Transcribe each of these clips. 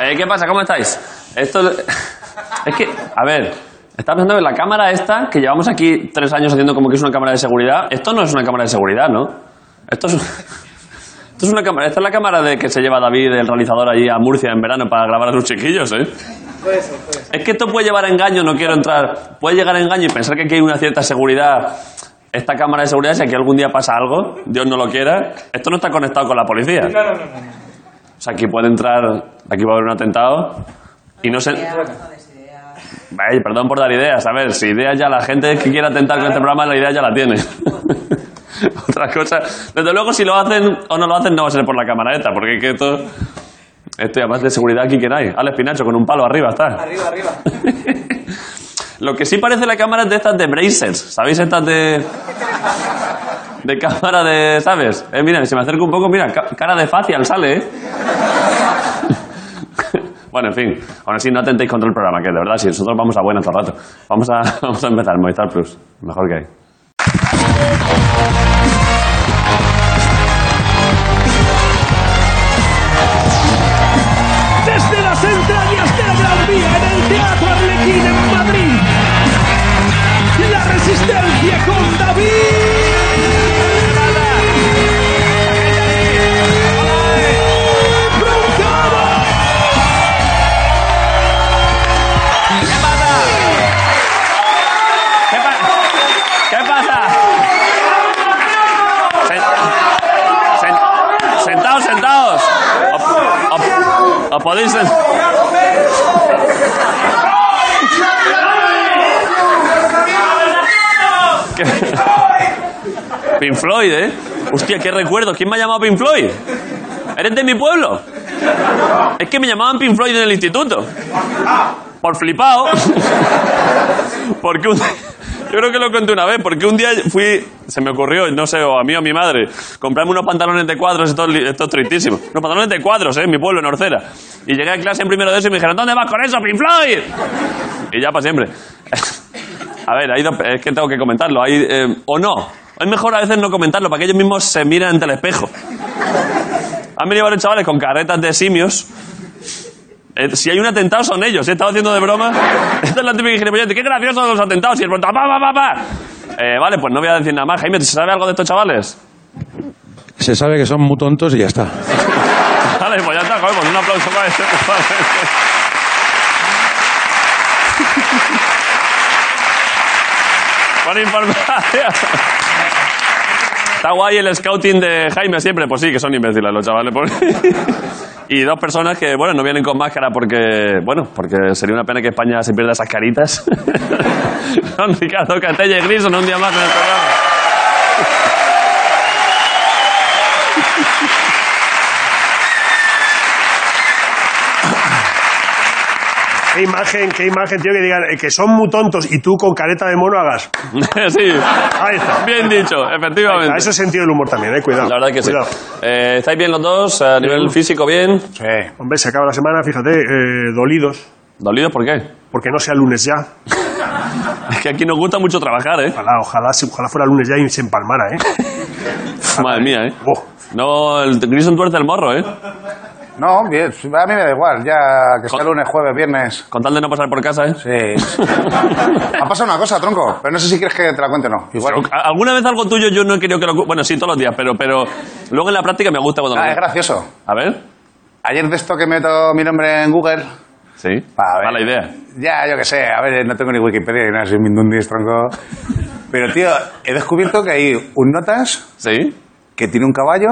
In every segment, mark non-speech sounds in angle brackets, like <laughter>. Eh, ¿Qué pasa? ¿Cómo estáis? Esto <laughs> es que, a ver, está pensando que la cámara esta que llevamos aquí tres años haciendo como que es una cámara de seguridad. Esto no es una cámara de seguridad, ¿no? Esto es, <laughs> esto es una cámara. Esta es la cámara de que se lleva David, el realizador, allí a Murcia en verano para grabar a sus chiquillos, ¿eh? Puede ser, puede ser. Es que esto puede llevar a engaño, no quiero entrar. Puede llegar a engaño y pensar que aquí hay una cierta seguridad. Esta cámara de seguridad, si aquí algún día pasa algo, Dios no lo quiera, esto no está conectado con la policía. No, no, no, no, no. O sea, aquí puede entrar, aquí va a haber un atentado y no se... No des ideas. Ay, perdón por dar ideas, a ver, si ideas ya la gente que quiera atentar con este programa, la idea ya la tiene. <laughs> Otra cosa, desde luego si lo hacen o no lo hacen no va a ser por la camareta, porque es que esto... Esto y además de seguridad aquí que no hay. Alex Pinacho con un palo arriba está. Arriba, arriba. <laughs> Lo que sí parece la cámara es de estas de bracers. ¿Sabéis estas de.? De cámara de. ¿Sabes? Eh, mira, si me acerco un poco, mira, ca- cara de facial sale, ¿eh? <laughs> Bueno, en fin, aún así no atentéis contra el programa, que de verdad, si nosotros vamos a buena todo el rato. Vamos a, <laughs> vamos a empezar, Movistar Plus, mejor que hay. desde las entrañas de la Gran Vía en el Teatro Arlequín en Madrid. La resistencia con David. Broncano. ¿Qué, pa- ¿Qué pasa? Sen- sen- sentaos, sentaos. Os, os- os podéis sen- ¿Qué? Pink Floyd, ¿eh? Hostia, qué recuerdo. ¿Quién me ha llamado Pink Floyd? ¿Eres de mi pueblo? Es que me llamaban Pink Floyd en el instituto. Por flipado. Porque un- <laughs> yo creo que lo conté una vez, porque un día fui, se me ocurrió, no sé, o a mí o a mi madre, comprarme unos pantalones de cuadros, esto, es li- esto es tristísimo. Unos pantalones de cuadros, ¿eh? En mi pueblo, en Orcera. Y llegué a clase en primero de eso y me dijeron, ¿dónde vas con eso, Pink Floyd? Y ya para siempre. <laughs> A ver, hay dos- es que tengo que comentarlo. Hay, eh, o no. Es mejor a veces no comentarlo, para que ellos mismos se miran ante el espejo. Han venido varios chavales con carretas de simios. Eh, si hay un atentado son ellos, he estado haciendo de broma. <laughs> Esta es la típica gilipollez, qué graciosos los atentados y el pronto, pa, pa, pa, pa. Eh, vale, pues no voy a decir nada más. Jaime, ¿se sabe algo de estos chavales? Se sabe que son muy tontos y ya está. Vale, pues ya está, joder, pues un aplauso para este. por favor. Buena información. Está guay el scouting de Jaime siempre, pues sí, que son imbéciles los chavales. por- y dos personas que, bueno, no vienen con máscara porque, bueno, porque sería una pena que España se pierda esas caritas. Son Ricardo Catella y Grison un día más en el programa. Qué imagen, qué imagen, tío, que digan eh, que son muy tontos y tú con careta de mono hagas. sí, Ahí está. bien dicho, efectivamente. A ese sentido del humor también, eh, cuidado. La verdad que sí. cuidado. Eh, ¿Estáis bien los dos? ¿A nivel físico bien? Hombre, se acaba la semana, fíjate, eh, dolidos, ¿Dolidos por qué? porque no sea lunes ya. Es que aquí nos gusta mucho trabajar, <laughs> ¿eh? Ojalá, ojalá, si- ojalá fuera lunes ya y se empalmara, <laughs> ¿eh? Madre mía, ¿eh? Oh, No, el Grison tuerce el morro, ¿eh? No, bien, a mí me da igual, ya que sea Con- lunes, jueves, viernes. Con tal de no pasar por casa, ¿eh? <laughs> Sí. Ha pasado una cosa, tronco, pero no sé si quieres que te la cuente o no. Igual. Pero, ¿a- ¿Alguna vez algo tuyo yo no he querido que lo... cu- Bueno, sí, todos los días, pero, pero luego en la práctica me gusta cuando lo Ah, es cuentas. gracioso. A ver. Ayer de esto que meto mi nombre en Google. Sí. A ver. Mala idea. Ya, yo qué sé, a ver, no tengo ni Wikipedia ni nada, soy un mindundis, tronco. Pero, tío, he descubierto que hay un notas Sí. que tiene un caballo,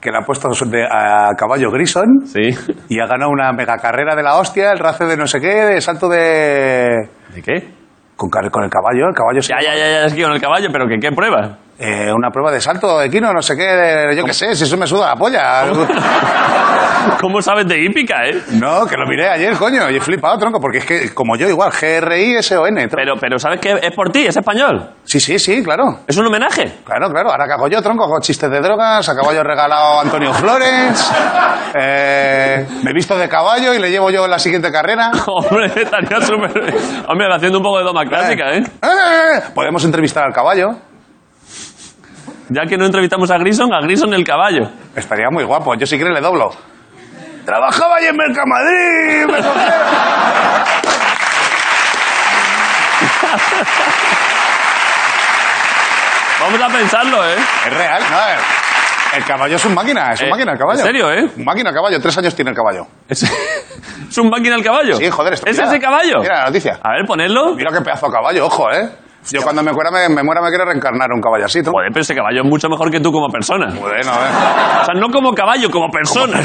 que le ha puesto de- a caballo Grison. Sí. Y ha ganado una mega carrera de la hostia, el race de no sé qué, de salto de. ¿De qué? Con, car- con el caballo, el caballo se Ya, llama- ya, ya, ya, es que con el caballo, pero que qué prueba. Eh, una prueba de salto equino, no sé qué, de- yo qué sé, si eso me suda la polla. ¿Cómo sabes de hípica, eh? <laughs> No, que lo miré ayer, coño, y he flipado, tronco, porque es que, como yo, igual, G-R-I-S-O-N. tronco. Pero, pero ¿sabes que es por ti? Es español. Sí, sí, sí, claro. Es un homenaje. Claro, claro, ahora que hago yo, tronco, hago chistes de drogas, a caballo he regalado a Antonio Flores, eh, me he visto de caballo y le llevo yo en la siguiente carrera. Hombre, estaría súper... Hombre, haciendo un poco de doma clásica, ¿eh? Eh, Podemos entrevistar al caballo. Ya que no entrevistamos a Grison, a Grison el caballo. Estaría muy guapo, yo si quiere le doblo. Trabajaba ahí en Mercamadrid, me cogieron. Vamos a pensarlo, ¿eh? Es real, no, eh. El caballo es un máquina, es un Eh, máquina el caballo. ¿en serio, eh? Un máquina el caballo, tres años tiene el caballo. Es, es un máquina el caballo. Sí, joder, esto. ¿Es mira. ese caballo? Mira la noticia. A ver, ponedlo. Mira qué pedazo de caballo, ojo, ¿eh? Yo cuando me muera me, me muera me quiero reencarnar un caballo así, tú. Joder, pero ese caballo es mucho mejor que tú como persona. Bueno, ¿eh? <laughs> O sea, no como caballo, como persona.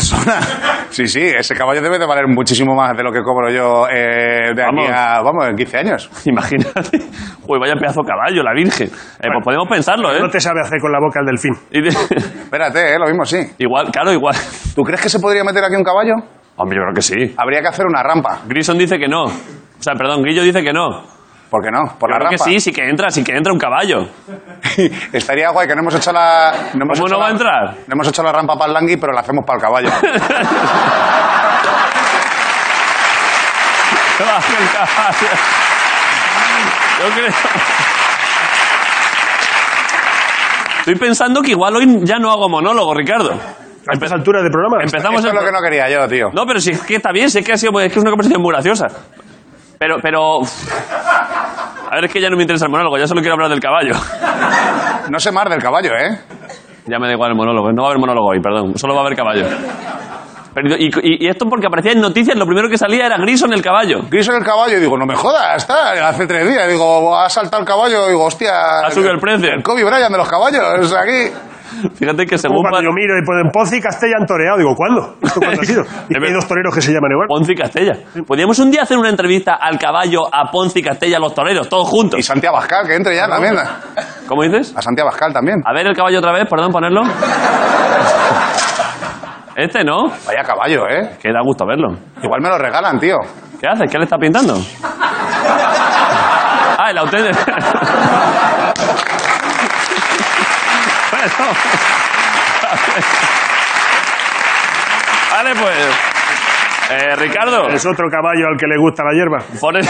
Sí, sí, ese caballo debe de valer muchísimo más de lo que cobro yo eh, de aquí Vamos. a, vamos, en 15 años. <laughs> Imagínate. Uy, vaya pedazo de caballo, la virgen. Eh, pues podemos pensarlo, ¿eh? No te sabe hacer con la boca el delfín. Y de- Espérate, ¿eh? Lo mismo sí. <laughs> igual, claro, igual. ¿Tú crees que se podría meter aquí un caballo? Hombre, yo creo que sí. Habría que hacer una rampa. Grison dice que no. O sea, perdón, Grillo dice que no. ¿Por qué no? Por Yo la creo que rampa. sí, sí que entra, sí que entra un caballo. <laughs> Estaría guay que no hemos hecho la. No hemos ¿Cómo hecho no la- va a entrar? No hemos hecho la rampa para el langui, pero la hacemos para <laughs> el caballo. Se va a hacer el caballo. Yo creo... Estoy pensando que igual hoy ya no hago monólogo, Ricardo. A esta altura de programa. Empezamos el Esto es lo pro- que no quería yo, tío. No, pero si es que está bien, si es que ha sido, es que es una conversación muy graciosa. Pero, pero. uf. A ver, es que ya no me interesa el monólogo, ya solo quiero hablar del caballo. No sé más del caballo, ¿eh? Ya me da igual el monólogo, no va a haber monólogo hoy, perdón, solo va a haber caballo. Pero, y, y- y esto porque aparecía en noticias, lo primero que salía era Grison el caballo. Griso en el caballo, y digo, no me jodas, está. Hace tres días, digo, ha saltado el caballo, y digo, hostia. Ha subido el precio. El Kobe Bryant de los caballos, aquí. Fíjate que Como según cuando pa- yo miro y ponen Pozzi y Castella han toreado. Digo, ¿cuándo? ¿Esto <laughs> cuándo ha sido? Y Em, que hay dos toreros que se llaman igual. Ponce y Castella. Podríamos un día hacer una entrevista al caballo, a Ponce y Castella, a los toreros, todos Y juntos. Santiago Bascal, que entre ya también. A ¿Cómo dices? Santiago Bascal también. A ver el caballo otra vez, perdón, ponerlo. Este no. Vaya caballo, ¿eh? Que da gusto verlo. Igual me lo regalan, tío. ¿Qué haces? ¿Qué le estás pintando? Ah, el auténtico. <laughs> bueno. Vale, pues. Eh, Ricardo, Es otro caballo al que le gusta la hierba. pon el- <laughs>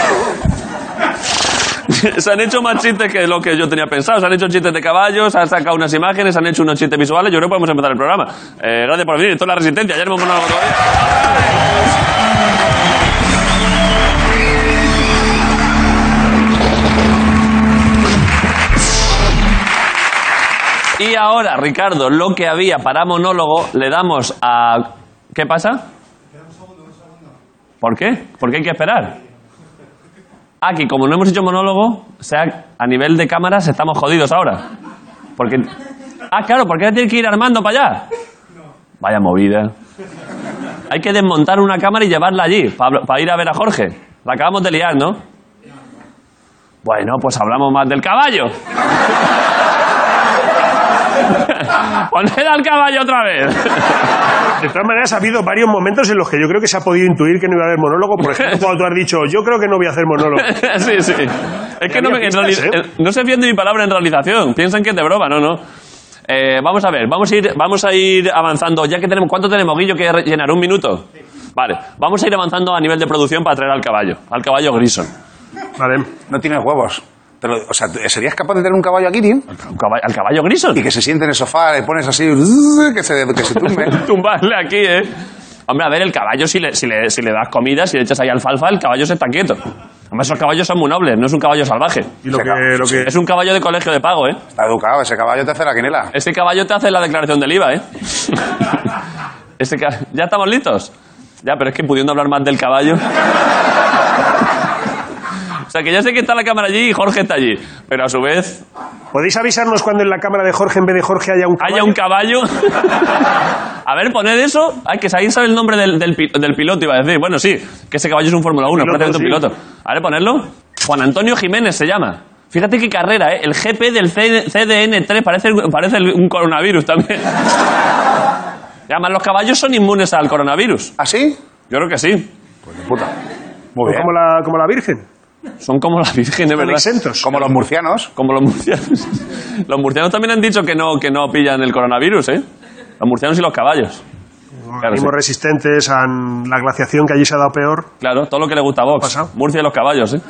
Se han hecho más chistes que lo que yo tenía pensado. Se han hecho chistes de caballos, se han sacado unas imágenes, se han hecho unos chistes visuales. Yo creo que podemos empezar el programa. Eh, gracias por venir. Esto es la resistencia. Ya no hemos ganado todavía. Y ahora, Ricardo, lo que había para monólogo, le damos a. ¿Qué pasa? ¿Por qué? ¿Por qué hay que esperar? Ah, que como no hemos hecho monólogo, o sea, a nivel de cámaras estamos jodidos ahora. Porque. Ah, claro, porque ahora tiene que ir armando para allá. Vaya movida. Hay que desmontar una cámara y llevarla allí, para ir a ver a Jorge. La acabamos de liar, ¿no? Bueno, pues hablamos más del caballo. <laughs> Poned al caballo otra vez. De todas maneras, ha habido varios momentos en los que yo creo que se ha podido intuir que no iba a haber monólogo. Por ejemplo, cuando tú has dicho, yo creo que no voy a hacer <laughs> monólogo. sí, sí. Es que no, me, en Había pistas, ¿eh? reali- no se fían de mi palabra en realización. Piensan que es de broma, no, no. Eh, vamos a ver, vamos a ir, vamos a ir avanzando. Ya que tenemos, ¿cuánto tenemos, Guillo, que rellenar? ¿Un minuto? Vale, vamos a ir avanzando a nivel de producción para traer al caballo, al caballo Grison. Vale. No tienes huevos. Te lo- o sea, ¿serías capaz de tener un caballo aquí, tío? ¿Un caba- ¿Al caballo Grison? Y que se siente en el sofá, le pones así, que se, que se tumbe. <laughs> Tumbarle aquí, ¿eh? Hombre, a ver, el caballo, si le, si, le, si le das comida, si le echas ahí alfalfa, el caballo se está quieto. Además, esos caballos son muy nobles, no es un caballo salvaje. Y lo Se que, acaba. lo que- Es un caballo de colegio de pago, ¿eh? Está educado, ese caballo te hace <laughs> la quinela. Ese Este caballo te hace la declaración del IVA, ¿eh? <laughs> Ese ca- ¿Ya estamos listos? Ya, pero es que pudiendo hablar más del caballo. <laughs> O sea, que ya sé que está la cámara allí y Jorge está allí. Pero a su vez, ¿Podéis avisarnos cuando en la cámara de Jorge, en vez de Jorge, haya un caballo? haya un caballo. <laughs> A ver, poned eso. Hay que ahí sabe el nombre del, del pi- del piloto, iba a decir. Bueno, sí, que ese caballo es un Fórmula 1, Piloto, prácticamente un sí. piloto. A ver, ponerlo. Juan Antonio Jiménez se llama. Fíjate qué carrera, ¿eh? El GP del C- CDN3 parece, parece el- un coronavirus también. <laughs> Y además, los caballos son inmunes al coronavirus. ¿Así? Yo creo que sí. ¿Ah, Puta. Muy bien. Como la, como la Virgen. Son como la Virgen, de Están verdad. exentos. Como los murcianos. Como los murcianos. <laughs> Los murcianos también han dicho que no, que no pillan el coronavirus, ¿eh? Los murcianos y los caballos. Claro, Mismos sí. resistentes a la glaciación que allí se ha dado peor. Claro, todo lo que le gusta a Vox. Pasado. Murcia y los caballos, ¿eh?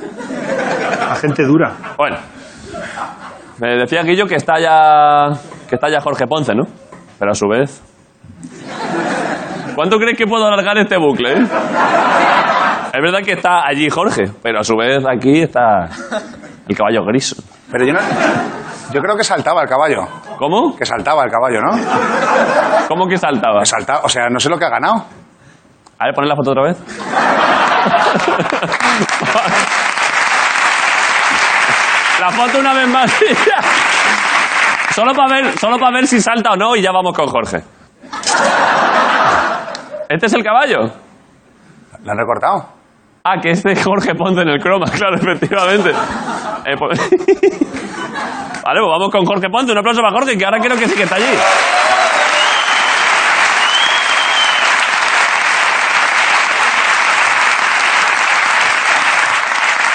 La gente dura. Bueno. Me decía Guillo que está ya. que está ya Jorge Ponce, ¿no? Pero a su vez. ¿Cuánto crees que puedo alargar este bucle? eh? Es verdad que está allí Jorge, pero a su vez aquí está el caballo gris. Pero yo no... Yo creo que saltaba el caballo. ¿Cómo? Que saltaba el caballo, ¿no? ¿Cómo que saltaba? Salta... O sea, no sé lo que ha ganado. A ver, poner la foto otra vez. <laughs> la foto una vez más. solo para ver, solo para ver si salta o no y ya vamos con Jorge. ¿Este es el caballo? Lo han recortado. Ah, que este es Jorge Ponte en el croma, <laughs> claro, efectivamente. Eh, pues- <laughs> Vale, pues vamos con Jorge Ponte. Un aplauso para Jorge, que ahora creo que sí que está allí.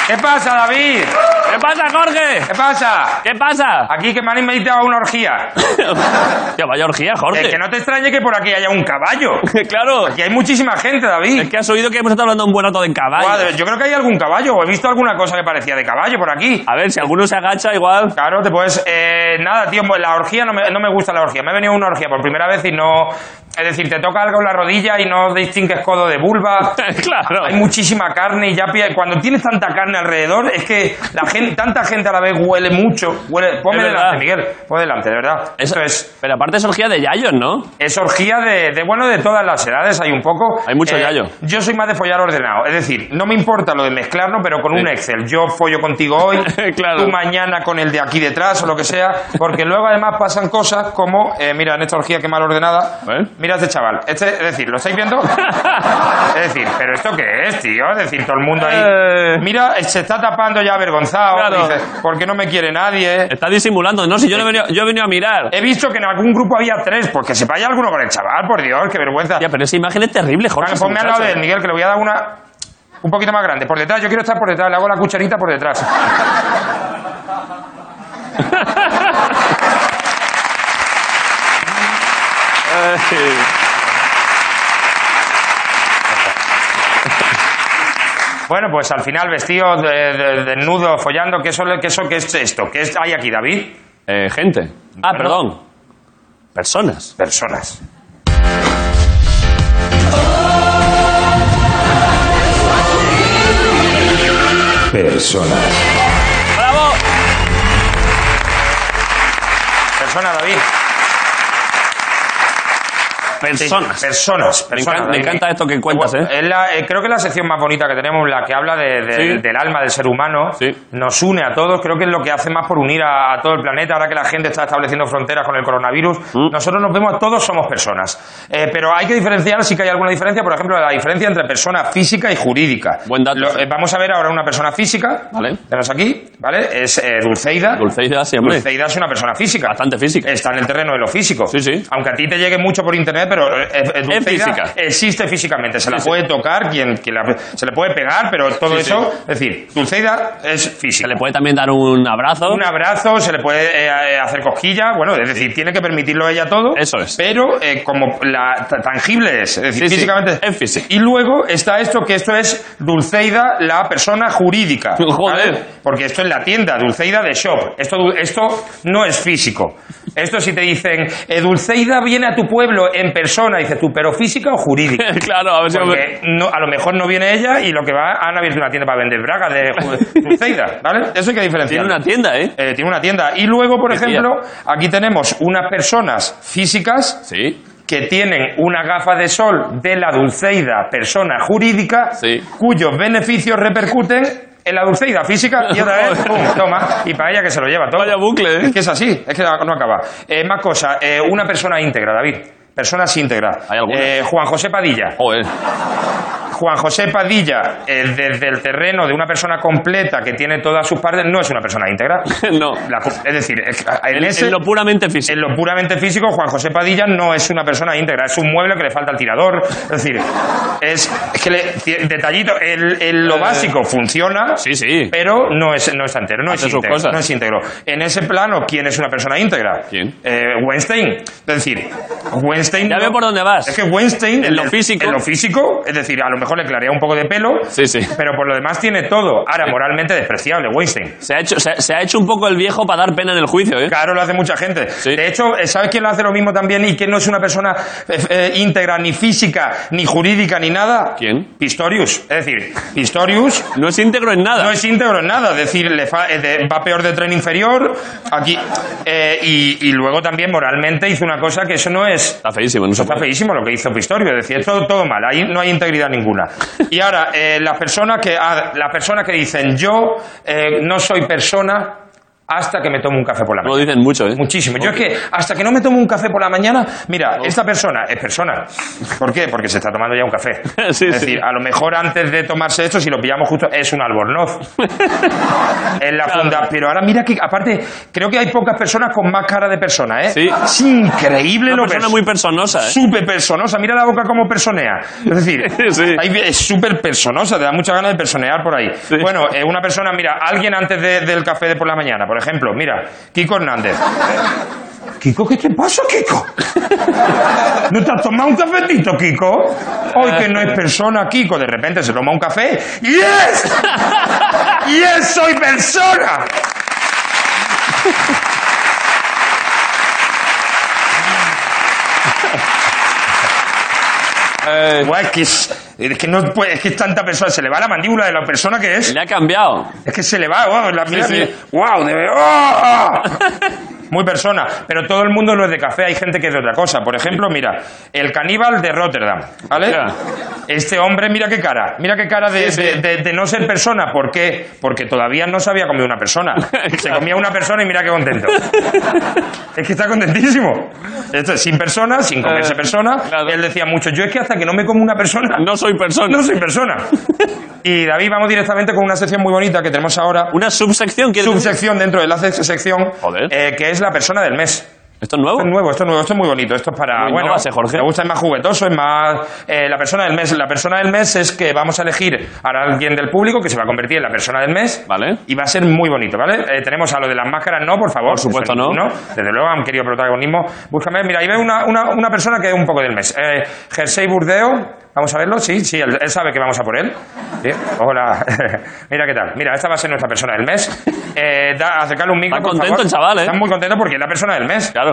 ¿Qué pasa, David? ¿Qué pasa, Jorge? ¿Qué pasa? ¿Qué pasa? Aquí que me han invitado a una orgía. <laughs> Tío, vaya orgía, Jorge. Eh, que no te extrañe que por aquí haya un caballo. <laughs> claro. Aquí hay muchísima gente, <laughs> David. Es que has oído que hemos estado hablando un buen rato de caballo. Guau, yo creo que hay algún caballo. o He visto alguna cosa que parecía de caballo por aquí. A ver, si alguno se agacha, igual. <laughs> Claro, te puedes... eh, nada, tío, pues la orgía no me, no me gusta la orgía. Me he venido a una orgía por primera vez y no... Es decir, te toca algo en la rodilla y no distingues codo de vulva. claro. Hay muchísima carne y ya pie- cuando tienes tanta carne alrededor es que la gente, tanta gente a la vez huele mucho. Huele, ponme Es verdad. delante, Miguel. Pon delante, de verdad. Es- Eso es Pero aparte es orgía de Yayon, ¿no? Es orgía de, de, bueno, de todas las edades, hay un poco. eh, Hay mucho yayo. Yo soy más de follar ordenado. Es decir, no me importa lo de mezclarlo, pero con un Excel. Yo follo contigo hoy, <laughs> Claro. tú mañana con el de aquí detrás o lo que sea, porque luego además pasan cosas como, eh, mira, en esta orgía que mal ordenada, ¿Eh? mira a este chaval. Este, es decir, ¿lo <laughs> estáis viendo? es decir, ¿pero esto qué es, tío? Es decir, todo el mundo Eh. ahí. Mira, se está tapando ya avergonzado. Claro. Dice, ¿por qué no me quiere nadie? Está disimulando. No, si yo, no he, venido, yo he venido a mirar. He visto que en algún grupo había tres, porque se vaya alguno con el chaval, por Dios, qué vergüenza. Ya, pero esa imagen es terrible, Jorge. Vale, ese ponme al lado de muchacho. él, Miguel, que le voy a dar una un poquito más grande. Por detrás, yo quiero estar por detrás, le hago la cucharita <laughs> por detrás. Bueno, pues al final vestido de- de- desnudo, follando, ¿qué, eso, qué, eso, ¿qué es esto? ¿Qué es- hay aquí, David? Eh, gente. Ah, Perdón. perdón. Personas. Personas. Personas. ¡Bravo! Personas, David. Personas. Personas. Me personas, encanta, me David. encanta esto que cuentas, ¿eh? Es la- eh, creo que es la sección más bonita que tenemos, la que habla de- de- Sí. del alma del ser humano. Sí. Nos une a todos, creo que es lo que hace más por unir a, a todo el planeta, ahora que la gente está estableciendo fronteras con el coronavirus. Mm. Nosotros nos vemos, todos somos personas. Eh, pero hay que diferenciar, sí que hay alguna diferencia, por ejemplo, la diferencia entre persona física y jurídica. Buen dato. eh, vamos a ver ahora una persona física. Vale. Tenemos aquí, ¿vale? Es eh, Dulceida. Dulceida, sí, hombre. Dulceida es una persona física. Bastante física. Está en el terreno de lo físico. Sí, sí. Aunque a ti te llegue mucho por internet, pero eh, eh, Dulceida física. existe físicamente. Se la Sí, sí. puede tocar, quien, quien la- se le puede pegar, pero todo Sí, sí. eso. Es decir, Dulceida es Se física. le puede también dar un abrazo. un abrazo, se le puede eh, eh, hacer cosquilla, bueno, es decir, tiene que permitirlo ella todo. Eso es. Pero eh, como la ta- tangible es, es decir, Sí, sí, físicamente. es física. Y luego está esto, que esto es Dulceida, la persona jurídica. <laughs> Joder. ¿vale? Porque esto es la tienda, Dulceida de shop. Esto, du- esto no es físico. Esto si te dicen, eh, Dulceida viene a tu pueblo en persona, dices tú, pero física o jurídica. <laughs> claro, a ver si. Porque no- a lo mejor no viene ella y lo que va, han abierto una tienda para vender bragas de ju- Dulceida, ¿vale? Eso hay que diferenciar. Tiene una tienda, ¿eh? Eh, tiene una tienda. Y luego, por Qué tía. ejemplo, aquí tenemos unas personas físicas Sí. que tienen una gafa de sol de la Dulceida persona jurídica, Sí. cuyos beneficios repercuten en la Dulceida física y otra <laughs> vez, pum, toma, y para ella que se lo lleva todo. Vaya bucle, ¿eh? Es que es así, es que no acaba. Eh, más cosas, eh, una persona íntegra, David. Personas íntegras. ¿Hay alguna? Eh, Juan José Padilla. Joder. <laughs> Juan José Padilla, eh, desde el terreno de una persona completa que tiene todas sus partes, no es una persona íntegra. No. La cu- es decir, es- ah, en, En, ese- en lo puramente físico. en lo puramente físico, Juan José Padilla no es una persona íntegra, es un mueble que le falta el tirador. Es decir, es, es que le- ci- detallito, el, el- lo básico funciona, Sí, sí. pero no es, no está entero, no es, Hace sus íntegro, cosas. no es íntegro. En ese plano, ¿quién es una persona íntegra? ¿Quién? Eh, Weinstein. Es decir, Weinstein. Ya veo por dónde vas. Es que Weinstein. En lo el- físico. En lo físico, es decir, a lo mejor mejor le clarea un poco de pelo, Sí, sí. pero por lo demás tiene todo. Ahora, moralmente despreciable, Weinstein. Se ha, hecho, se, ha- se ha hecho un poco el viejo para dar pena en el juicio, ¿eh? Claro, lo hace mucha gente. Sí. De hecho, eh, ¿sabes quién lo hace lo mismo también y quién no es una persona eh, eh, íntegra, ni física, ni jurídica, ni nada? ¿Quién? Pistorius. Es decir, Pistorius No es íntegro en nada. no es íntegro en nada. Es decir, le fa- eh, de- va peor de tren inferior. Aquí. eh, y, y luego también moralmente hizo una cosa que eso no es. Está feísimo, no se Está puede. feísimo lo que hizo Pistorio, es decir, es todo, todo mal, ahí no hay integridad ninguna. Y ahora, eh, las personas que ah, las personas que dicen yo eh, no soy persona hasta que me tomo un café por la Lo mañana. dicen mucho, ¿eh? Muchísimo. Yo es que hasta que no me tomo un café por la mañana, mira, Oh. esta persona es persona. ¿Por qué? Porque se está tomando ya un café. <laughs> Sí, es sí. decir, a lo mejor antes de tomarse esto, si lo pillamos justo, es <laughs> un albornoz. en la Claro. funda. Pero ahora mira que, aparte, creo que hay pocas personas con más cara de persona, ¿eh? Sí. Es increíble Una lo que persona es muy personosa, ¿eh? súper personosa. Mira la boca como personea. Es decir, <laughs> Sí. hay- es súper personosa. Te da mucha ganas de personear por ahí. Bueno, eh, una persona, mira, alguien antes de- del café de por la mañana, por ejemplo, mira, Kiko Hernández. Kiko, ¿qué te pasa, Kiko? ¿No te has tomado un cafetito, Kiko? Hoy que no es persona, Kiko, de repente se toma un café. ¡Yes! ¡Yes, soy persona! Guau, es que, es, es que no puede- es que es tanta persona, se le va la mandíbula de la persona que es. Le ha cambiado. Es que se le va, wow, la mira, sí. mira, guau, de ¡Ah! <laughs> Muy persona, pero todo el mundo no es de café, hay gente que es de otra cosa. Por ejemplo, mira, el caníbal de Rotterdam, ¿vale? Ya. Este hombre, mira qué cara, mira qué cara de, de- de- de no ser persona. ¿Por qué? Porque todavía no se había comido <laughs> una persona. Se comía una persona y mira qué contento. es que está contentísimo. Esto es sin persona, sin comerse Eh, persona. claro. Él decía mucho, yo es que hasta que no me como una persona, No soy persona. no soy persona. Y David, vamos directamente con una sección muy bonita que tenemos ahora. Una subsección que... Subsección dentro de la sec- sección, Joder. eh, que es la persona del mes. ¿Esto es nuevo? Esto es nuevo, esto es nuevo, esto es muy bonito. Esto es para. Muy bueno, nuevas, eh, Jorge. me gusta, es más juguetoso, es más. eh, la persona del mes. La persona del mes es que vamos a elegir a alguien del público que se va a convertir en la persona del mes. Vale. Y va a ser muy bonito, ¿vale? Eh, tenemos a lo de las máscaras, no, por favor. Por supuesto, no. Desde luego han querido protagonismo. Búscame, mira, ahí veo una, una, una persona que es un poco del mes. Eh, Jersey Burdeo, vamos a verlo, sí, sí, él, él sabe que vamos a por él. Sí, Hola, <laughs> mira qué tal. Mira, esta va a ser nuestra persona del mes. Eh, da, acercarle un micro. Está por contento favor. el chaval, ¿eh? Está muy contento porque es la persona del mes. Claro.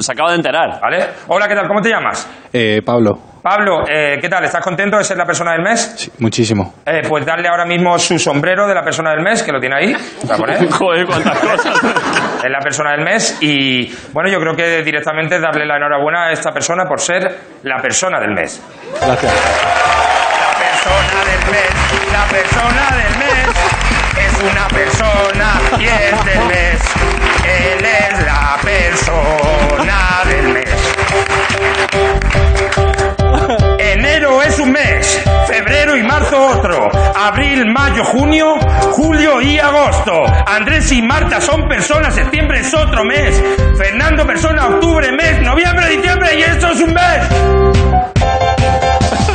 Se acaba de enterar. ¿Vale? Hola, ¿qué tal? ¿Cómo te llamas? Eh, Pablo, Pablo, eh, ¿qué tal? ¿Estás contento de ser la persona del mes? muchísimo. Eh, pues darle ahora mismo su sombrero de la persona del mes, que lo tiene ahí. <laughs> ¿Lo pone? <laughs> Joder, cuántas cosas. <laughs> Es la persona del mes y, bueno, yo creo que directamente darle la enhorabuena a esta persona por ser la persona del mes. Gracias. La persona del mes, la persona del mes, es una persona y es del mes. Él es la persona del mes. Enero es un mes, febrero y marzo otro, abril, mayo, junio, julio y agosto. Andrés y Marta son personas, septiembre es otro mes, Fernando persona, octubre, mes, noviembre, diciembre y esto es un mes.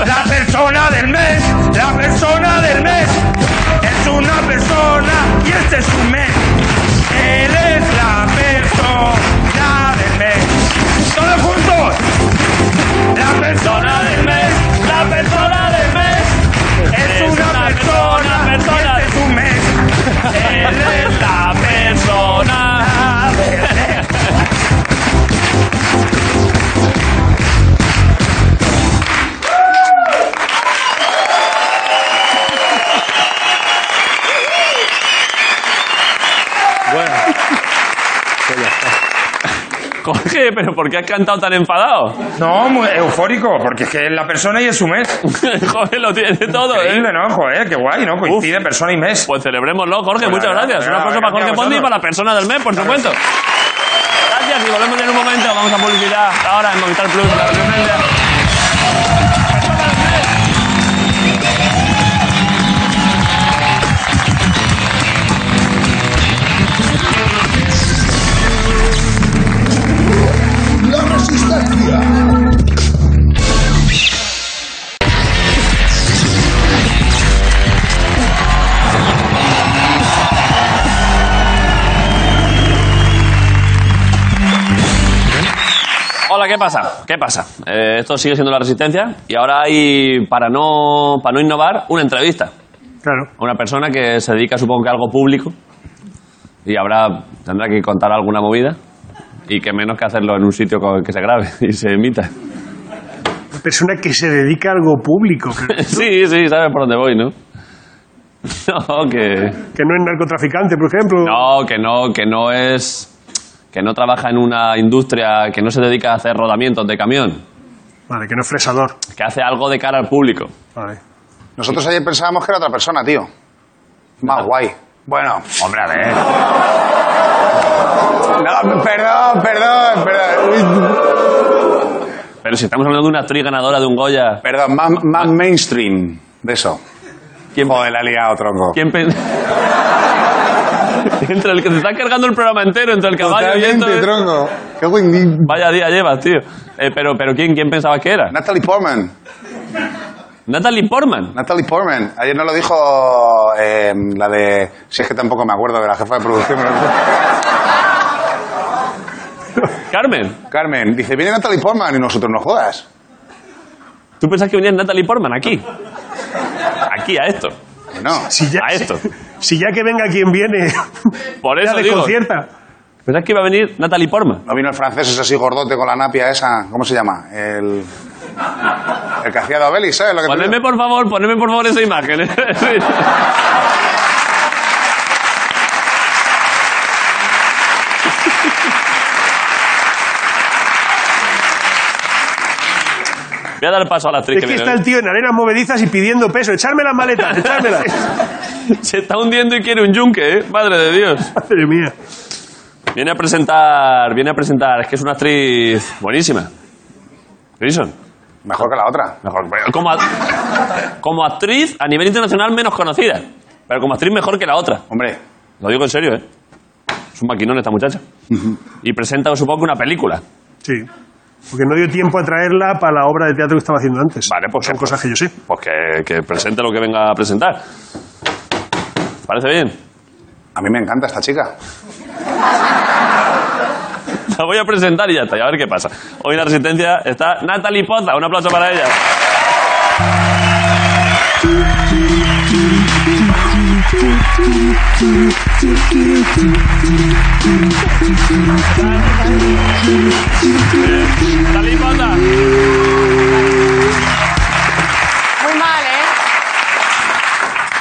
La persona del mes, la persona del mes, es una persona y este es su mes. Él es la persona del mes. Todos juntos. La persona del mes, la persona del mes, es, una, persona, persona este es su mes. Él es la persona del mes. Jorge, pero ¿por qué has cantado tan enfadado? <laughs> No, muy eufórico, porque es que es la persona y es su mes. Joder, lo tiene todo, ¿eh? Increíble, ¿no? Joder, qué guay, ¿no? Coincide persona y mes. Pues celebrémoslo, Jorge. Pues muchas la verdad, gracias. Un la verdad, aplauso para gracias Jorge a Pondi y para vosotros. la persona del mes, por supuesto. Gracias y volvemos en un momento. Vamos a publicidad ahora en Movistar Plus. La reunión del día. Hola, ¿qué pasa? ¿Qué pasa? Eh, esto sigue siendo la resistencia y ahora hay, para no, para no innovar, una entrevista Claro. a una persona que se dedica, supongo que a algo público y habrá, tendrá que contar alguna movida y que menos que hacerlo en un sitio co- que se grabe <laughs> y se emita. Una persona que se dedica a algo público, <laughs> que, Sí, sí, sabes por dónde voy, ¿no? <laughs> No, que... que no es narcotraficante, por ejemplo. No, que no, que no es. Que no trabaja en una industria que no se dedica a hacer rodamientos de camión. Vale, que no es fresador. Que hace algo de cara al público. Vale. Nosotros ayer pensábamos que era otra persona, tío. Más guay. Bueno, Hombre, a ver. no, perdón, perdón, perdón. Uy, Pero si estamos hablando de una actriz ganadora de un Goya. Perdón, más, más mainstream de eso. ¿Quién- Joder, la ha liado, tronco. ¿Quién pen- entre el que te está cargando el programa entero, entre el caballo y esto. Totalmente, eh. tronco. Qué buen- Vaya día llevas, tío. Eh, pero, pero ¿quién, ¿quién pensabas que era? Natalie Portman. Natalie Portman. Natalie Portman. Ayer no lo dijo eh, la de... Si es que tampoco me acuerdo de la jefa de producción. pero- Carmen. Carmen, dice, viene Natalie Portman y nosotros no jodas. ¿Tú pensás que venía Natalie Portman aquí? Aquí, a esto. Que No. Si ya, A esto. <laughs> Si ya que venga quien viene, Por <laughs> ya eso le digo. concierta. ¿Pensás que iba a venir Natalie Portman? No vino el francés ese así gordote con la napia esa. ¿Cómo se llama? El, el que hacía de Obelis, ¿sabes lo que te Ponedme digo? por favor, ponedme por favor esa imagen. ¿eh? Sí. Voy a dar paso a la actriz Es que que viene. ¿eh? está el tío en arenas movedizas y pidiendo peso. Echarme las maletas, echármelas. <laughs> Se está hundiendo y quiere un yunque, ¿eh? Madre de Dios. <laughs> Madre mía. Viene a presentar, viene a presentar, es que es una actriz buenísima. Grison. Mejor que la otra. Mejor, pero como, a- como actriz a nivel internacional menos conocida, pero como actriz mejor que la otra. Hombre, Lo digo en serio, ¿eh? Es un maquinón esta muchacha. Y presenta, supongo, que una película. Sí. Porque no dio tiempo a traerla para la obra de teatro que estaba haciendo antes. Vale, pues Son que- cosas que yo sé. Pues que, que presente lo que venga a presentar. ¿Parece bien? <laughs> a mí me encanta esta chica. La voy a presentar y ya está, y a ver qué pasa. Hoy en la Resistencia está Natalie Poza. Un aplauso para ella. Natalie Poza. Muy mal, ¿eh?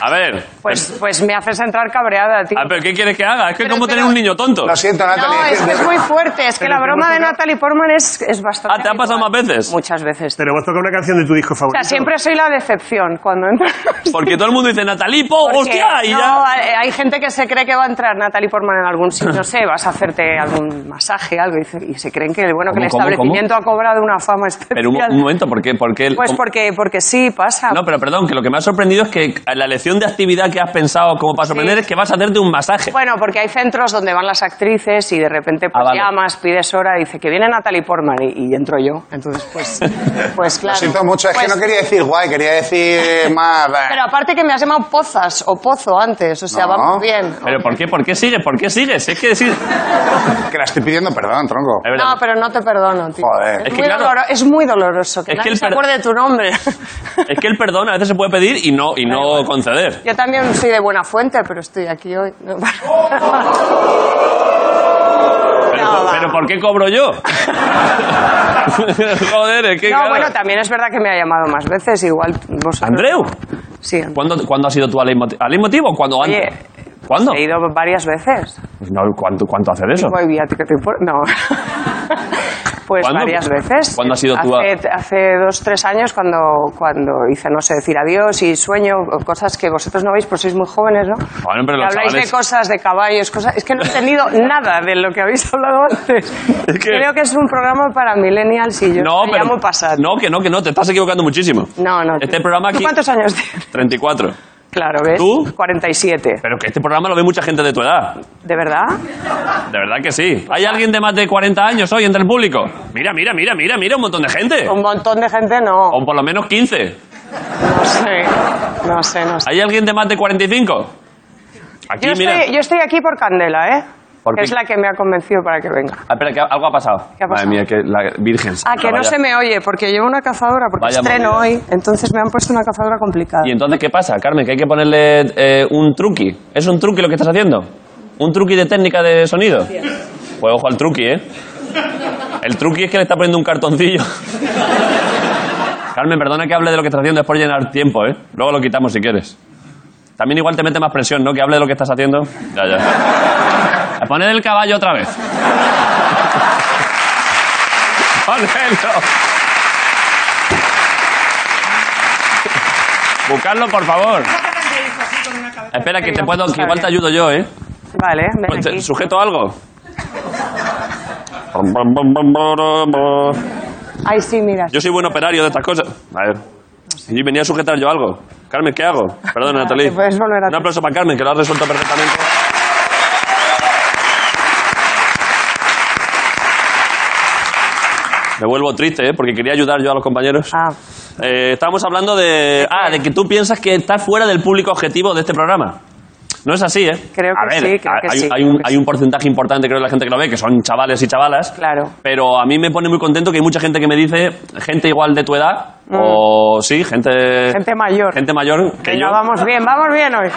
A ver. Pues, pues me haces entrar cabreada, tío. Ah, pero ¿qué quieres que haga? Es que es Pero, como tener pero- un niño tonto. Lo siento, Natalie. No, es que es muy fuerte. Es que la broma de Natalie Portman es, es bastante. Ah, ¿te ha pasado habitual. más veces? Muchas veces. Tenemos que tocar una canción de tu disco O favorito. sea, siempre soy la decepción cuando <laughs> entro. Porque todo el mundo dice Natalie Po, Porque hostia, y no, ya. hay hay gente que se cree que va a entrar Natalie Portman en algún sitio, no sé, vas a hacerte algún masaje, algo, y, se- y se creen que bueno que el ¿Cómo, cómo, establecimiento ha cobrado una fama especial. Pero un, mo- un momento, ¿por qué? ¿Por qué el- pues cómo- porque, porque sí, pasa. No, pero perdón, que lo que me ha sorprendido es que la elección de actividad que has pensado como para sorprender Sí. Pues es que vas a hacerte un masaje. Bueno, porque hay centros donde van las actrices y de repente pues, Ah, vale. llamas, pides hora, y dice que viene Natalie Portman y, y entro yo. Entonces, pues, pues claro. Lo siento mucho, es que Pues- no quería decir guay, quería decir más... eh, Pero aparte que me has llamado pozas o pozo antes, o sea, No. vamos bien. pero ¿por qué? ¿Por qué sigues? ¿Por qué sigues? Es que decir... Que la estoy pidiendo perdón, tronco. Es verdad. No, pero no te perdono, tío. Joder. Es, Es que muy claro- doloro- es muy doloroso que Es que nadie el se per- acuerde de tu nombre. Es que el perdón a veces se puede pedir y no, y no conceder. <laughs> Yo también soy de buena fuente, pero estoy aquí hoy. <laughs> No, Pero, No, va. pero ¿por qué cobro <laughs> yo? Joder, es que... No, claro. bueno, también es verdad que me ha llamado más veces, igual vosotros... Andreu, Sí, Andreu. ¿cuándo, ¿cuándo has ido tú a Leitmotiv? ¿A Leitmotiv o cuándo Oye, antes? ¿Cuándo? He ido varias veces. Pues No, ¿cuánto, ¿Cuánto hace de eso? Voy vía que te impor- <laughs> No. Pues ¿Cuándo? varias veces. ¿Cuándo has ido tú a- hace, hace dos, tres años cuando, cuando hice No sé decir adiós y sueño, o cosas que vosotros no veis, pues sois muy jóvenes, ¿no? Bueno, pero Que los habláis chavales- de cosas, de caballos, cosas... Es que no he <laughs> entendido nada de lo que habéis hablado antes. Es que- Creo que es un programa para millennials y yo no, me pero... llamo pasado. No, que no, que no, te estás equivocando muchísimo. No, no. Este tío. programa ¿Tú aquí... cuántos años <laughs> tienes? 34. Claro, ¿ves? ¿Tú? 47. Pero que este programa lo ve mucha gente de tu edad. ¿De verdad? De verdad que sí. ¿Hay alguien de más de 40 años hoy entre el público? Mira, mira, mira, mira, mira, un montón de gente. Un montón de gente no. O por lo menos 15. No sé. No sé, no sé. ¿Hay alguien de más de 45? Aquí, Yo mira. estoy, yo estoy aquí por Candela, ¿eh? que es la que me ha convencido para que venga. Ah, espera, que algo ha pasado. ¿Qué ha Madre pasado? mía, que la Virgen. Ah, que no vaya. se me oye, porque llevo una cazadora, porque Vaya estreno movida. hoy, entonces me han puesto una cazadora complicada. ¿Y entonces qué pasa, Carmen? Que hay que ponerle eh, un truqui. ¿Es un truqui lo que estás haciendo? ¿Un truqui de técnica de sonido? Pues ojo al truqui, ¿eh? El truqui es que le está poniendo un cartoncillo. Carmen, perdona que hable de lo que estás haciendo, es por llenar tiempo, ¿eh? Luego lo quitamos si quieres. También igual te mete más presión, ¿no? Que hable de lo que estás haciendo. Ya, ya. A poner el caballo otra vez. <laughs> Ponedlo. Buscarlo, por favor. Espera, que te puedo, que igual te ayudo yo, ¿eh? Vale, ven Ponte- aquí. Pues, eh, ¿Sujeto algo? Ay, sí, mira. Yo soy buen operario de estas cosas. A ver. Y venía a sujetar yo algo. Carmen, ¿qué hago? <laughs> Perdona, Natalie. Te puedes volver a- Un aplauso para Carmen, que lo has resuelto perfectamente. Me vuelvo triste, ¿eh? porque quería ayudar yo a los compañeros. Ah, Eh, estábamos hablando de. Ah, de que tú piensas que estás fuera del público objetivo de este programa. No es así, ¿eh? Creo que A ver, sí, creo que hay, sí, hay creo un, que hay sí. un porcentaje importante, creo, de la gente que lo ve, que son chavales y chavalas. Claro. Pero a mí me pone muy contento que hay mucha gente que me dice, gente igual de tu edad, o sí, gente. Mm. Gente mayor. Gente mayor que venga, yo. vamos bien, vamos bien hoy.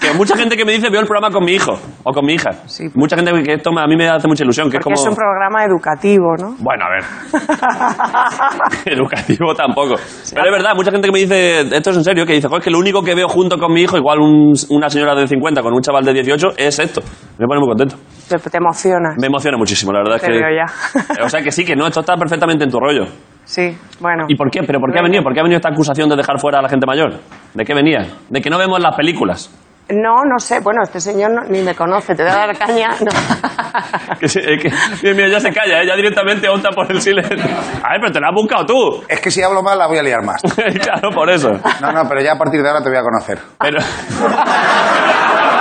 Que mucha gente que me dice, veo el programa con mi hijo o con mi hija. Sí. Mucha gente que esto me- a mí me hace mucha ilusión, que Porque es es como. un programa educativo, ¿no? Bueno, a ver. <laughs> Educativo tampoco. Pero es verdad, mucha gente que me dice, esto es en serio, que dice, "Jo, es que lo único que veo junto con mi hijo, igual un- una señora de 50 con un chaval de 18, es esto. Me pone muy contento. <laughs> te, te emocionas. Me emociona muchísimo, la verdad es Te que... veo <laughs> ya. O sea que sí, que no, esto está perfectamente en tu rollo. Sí, bueno. ¿Y por qué? ¿Pero por qué ha venido? ¿Por qué ha venido esta acusación de dejar fuera a la gente mayor? ¿De qué venía? De que no vemos las películas. <laughs> No, no sé. Bueno, este señor no- ni me conoce. Te voy a dar caña. <laughs> No. Que, se- eh, que- Dios mío, ya se calla, ¿eh? ya directamente opta por el silencio. A ver, pero te la has buscado tú. <laughs> Es que si hablo mal la voy a liar más. claro, por eso. No, no, pero ya a partir de ahora te voy a conocer. Pero...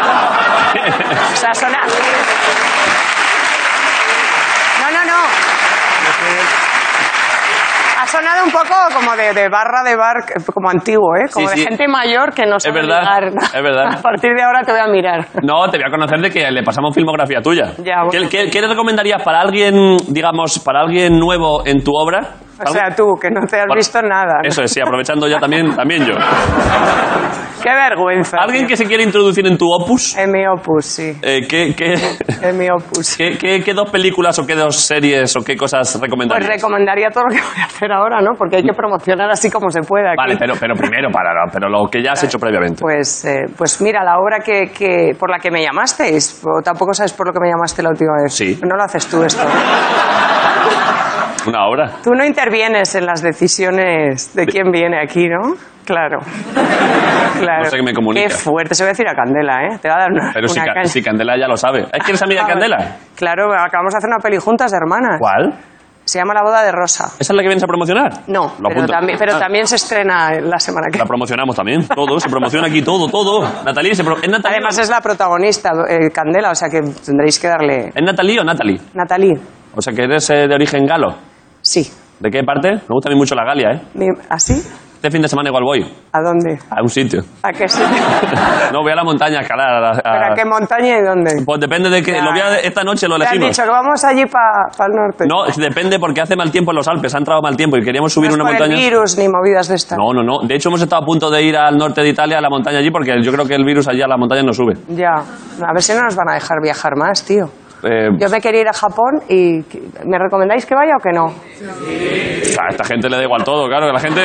O sea, sona... No, no, no. Ha sonado un poco como de, de barra de bar, como antiguo, ¿eh? Como Sí, de sí. gente mayor que no sabe verdad, ligar. es verdad. A partir de ahora te voy a mirar. No, te voy a conocer de que le pasamos filmografía tuya. Ya, bueno. ¿Qué, qué, qué le recomendarías para alguien, digamos, para alguien nuevo en tu obra? O sea, tú, que no te has Para- visto nada. ¿no? Eso es, sí, aprovechando ya también, también <laughs> yo. Qué vergüenza. Alguien tío. que se quiere introducir en tu opus, En mi opus, sí. eh, ¿qué, qué, En mi opus. qué, qué- qué dos películas o qué dos series o qué cosas Pues recomendarías? recomendaría todo lo que voy a hacer ahora, ¿no? Porque hay que promocionar así como se pueda. aquí. Vale, pero, pero primero, para, pero lo que ya has hecho previamente. Pues, eh, pues mira, la obra que, que- por la que me llamasteis, o tampoco sabes por lo que me llamaste la última vez. Sí. No lo haces tú esto. Pues, Una obra. Tú no intervienes en las decisiones de quién viene aquí, ¿no? Claro. claro. No sé qué me comunica. Qué fuerte. Se voy a decir a Candela, ¿eh? Te va a dar una, Pero si, una Ca- caña. si Candela ya lo sabe. ¿Es que eres amiga de Ah, bueno. Candela? Claro, acabamos de hacer una peli juntas de hermanas. ¿Cuál? Se llama La boda de Rosa. ¿Esa es la que vienes a promocionar? Lo No, pero, apunto. también, pero Ah. también se estrena la semana que La promocionamos también. Todo, se promociona aquí todo, todo. Natalie, se pro- ¿es Natalie? Además es la protagonista, eh, Candela, o sea que tendréis que darle... ¿Es Natalie o Natalie? Natalie, O sea, que eres eh, de origen galo. sí. ¿De qué parte? Me gusta a mí mucho la Galia, ¿eh? Mi- ¿Así? Este fin de semana igual voy. ¿A dónde? A un sitio. <laughs> ¿A qué sitio? no, voy a la montaña a escalar. a- ¿Pero a- a qué montaña y dónde? Pues depende de qué. Lo voy a- Esta noche lo Te han elegimos. dicho que vamos allí para el norte. No, depende porque hace mal tiempo en los Alpes. Ha entrado mal tiempo y queríamos subir No es una por montaña. el virus ni movidas de estas. No, no, no. De hecho, hemos estado a punto de ir al norte de Italia, a la montaña allí, porque yo creo que el virus allí a la montaña no sube. Ya. A ver si no nos van a dejar viajar más, tío. Eh, Yo me quería ir a Japón y... ¿Me recomendáis que vaya o que no? a esta gente le da igual todo, claro. que La gente.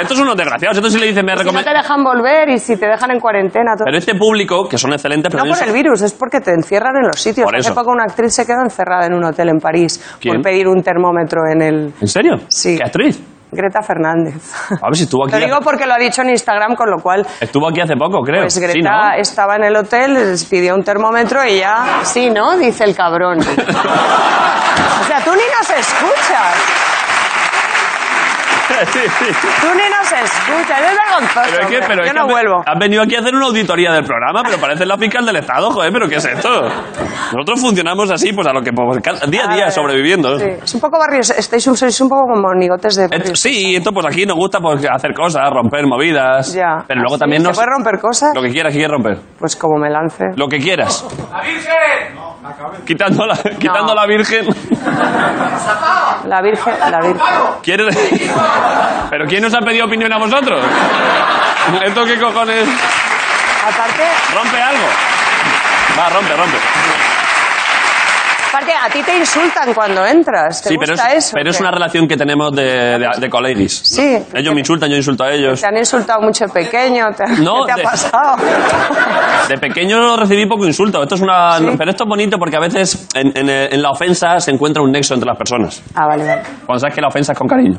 Estos son unos desgraciados. Estos sí le dicen, me Si no recomiendo. te dejan volver y si te dejan en cuarentena... todo- Pero este público, que son excelentes, pero No por ellos- el virus, es porque te encierran en los sitios. Por Hace eso. poco una actriz se quedó encerrada en un hotel en París ¿Quién? por pedir un termómetro en el... ¿En serio? Sí. ¿Qué actriz? Greta Fernández. A ver si estuvo aquí. Lo digo porque lo ha dicho en Instagram, con lo cual... Estuvo aquí hace poco, creo. Pues Greta Sí, ¿no? estaba en el hotel, les pidió un termómetro y ya... Sí, ¿no? Dice el cabrón. <laughs> o sea, tú ni nos escuchas. <laughs> Sí, sí. Tú ni nos escuchas. Es vergonzoso. Pero es que, hombre. pero es Yo que no has ve- vuelvo. Has venido aquí a hacer una auditoría del programa, pero parece la fiscal del Estado, joder, pero ¿qué es esto? Nosotros funcionamos así, pues a lo que pues, cada- día a Ah, día vale. sobreviviendo. Sí. Es un poco barrios... Estáis sois un poco como nigotes de... Et- barrios. Sí, esto pues aquí nos gusta pues, hacer cosas, romper movidas. Ya. Pero luego Así, también ¿Se nos. puede romper cosas? Lo que quieras, que quieras romper. Pues como me lance. Lo que quieras. Quitando a la, quitando a la Virgen. La Virgen, la Virgen. ¿Quiere- ¿Pero quién os ha pedido opinión a vosotros? ¿Esto qué cojones? Aparte, Rompe algo. Va, rompe, rompe. aparte, a ti te insultan cuando entras. ¿Te Sí, pero gusta es, eso? pero es qué? una relación que tenemos de, de, de colegis. Sí. Ellos me insultan, yo insulto a ellos. Te han insultado mucho de pequeño. te- No, ¿Qué te de- <laughs> ha pasado? De pequeño recibí poco insulto. Esto es una, Pero esto es bonito porque a veces en, en- en la ofensa se encuentra un nexo entre las personas. Ah, vale, vale. Cuando sabes que la ofensa es con cariño.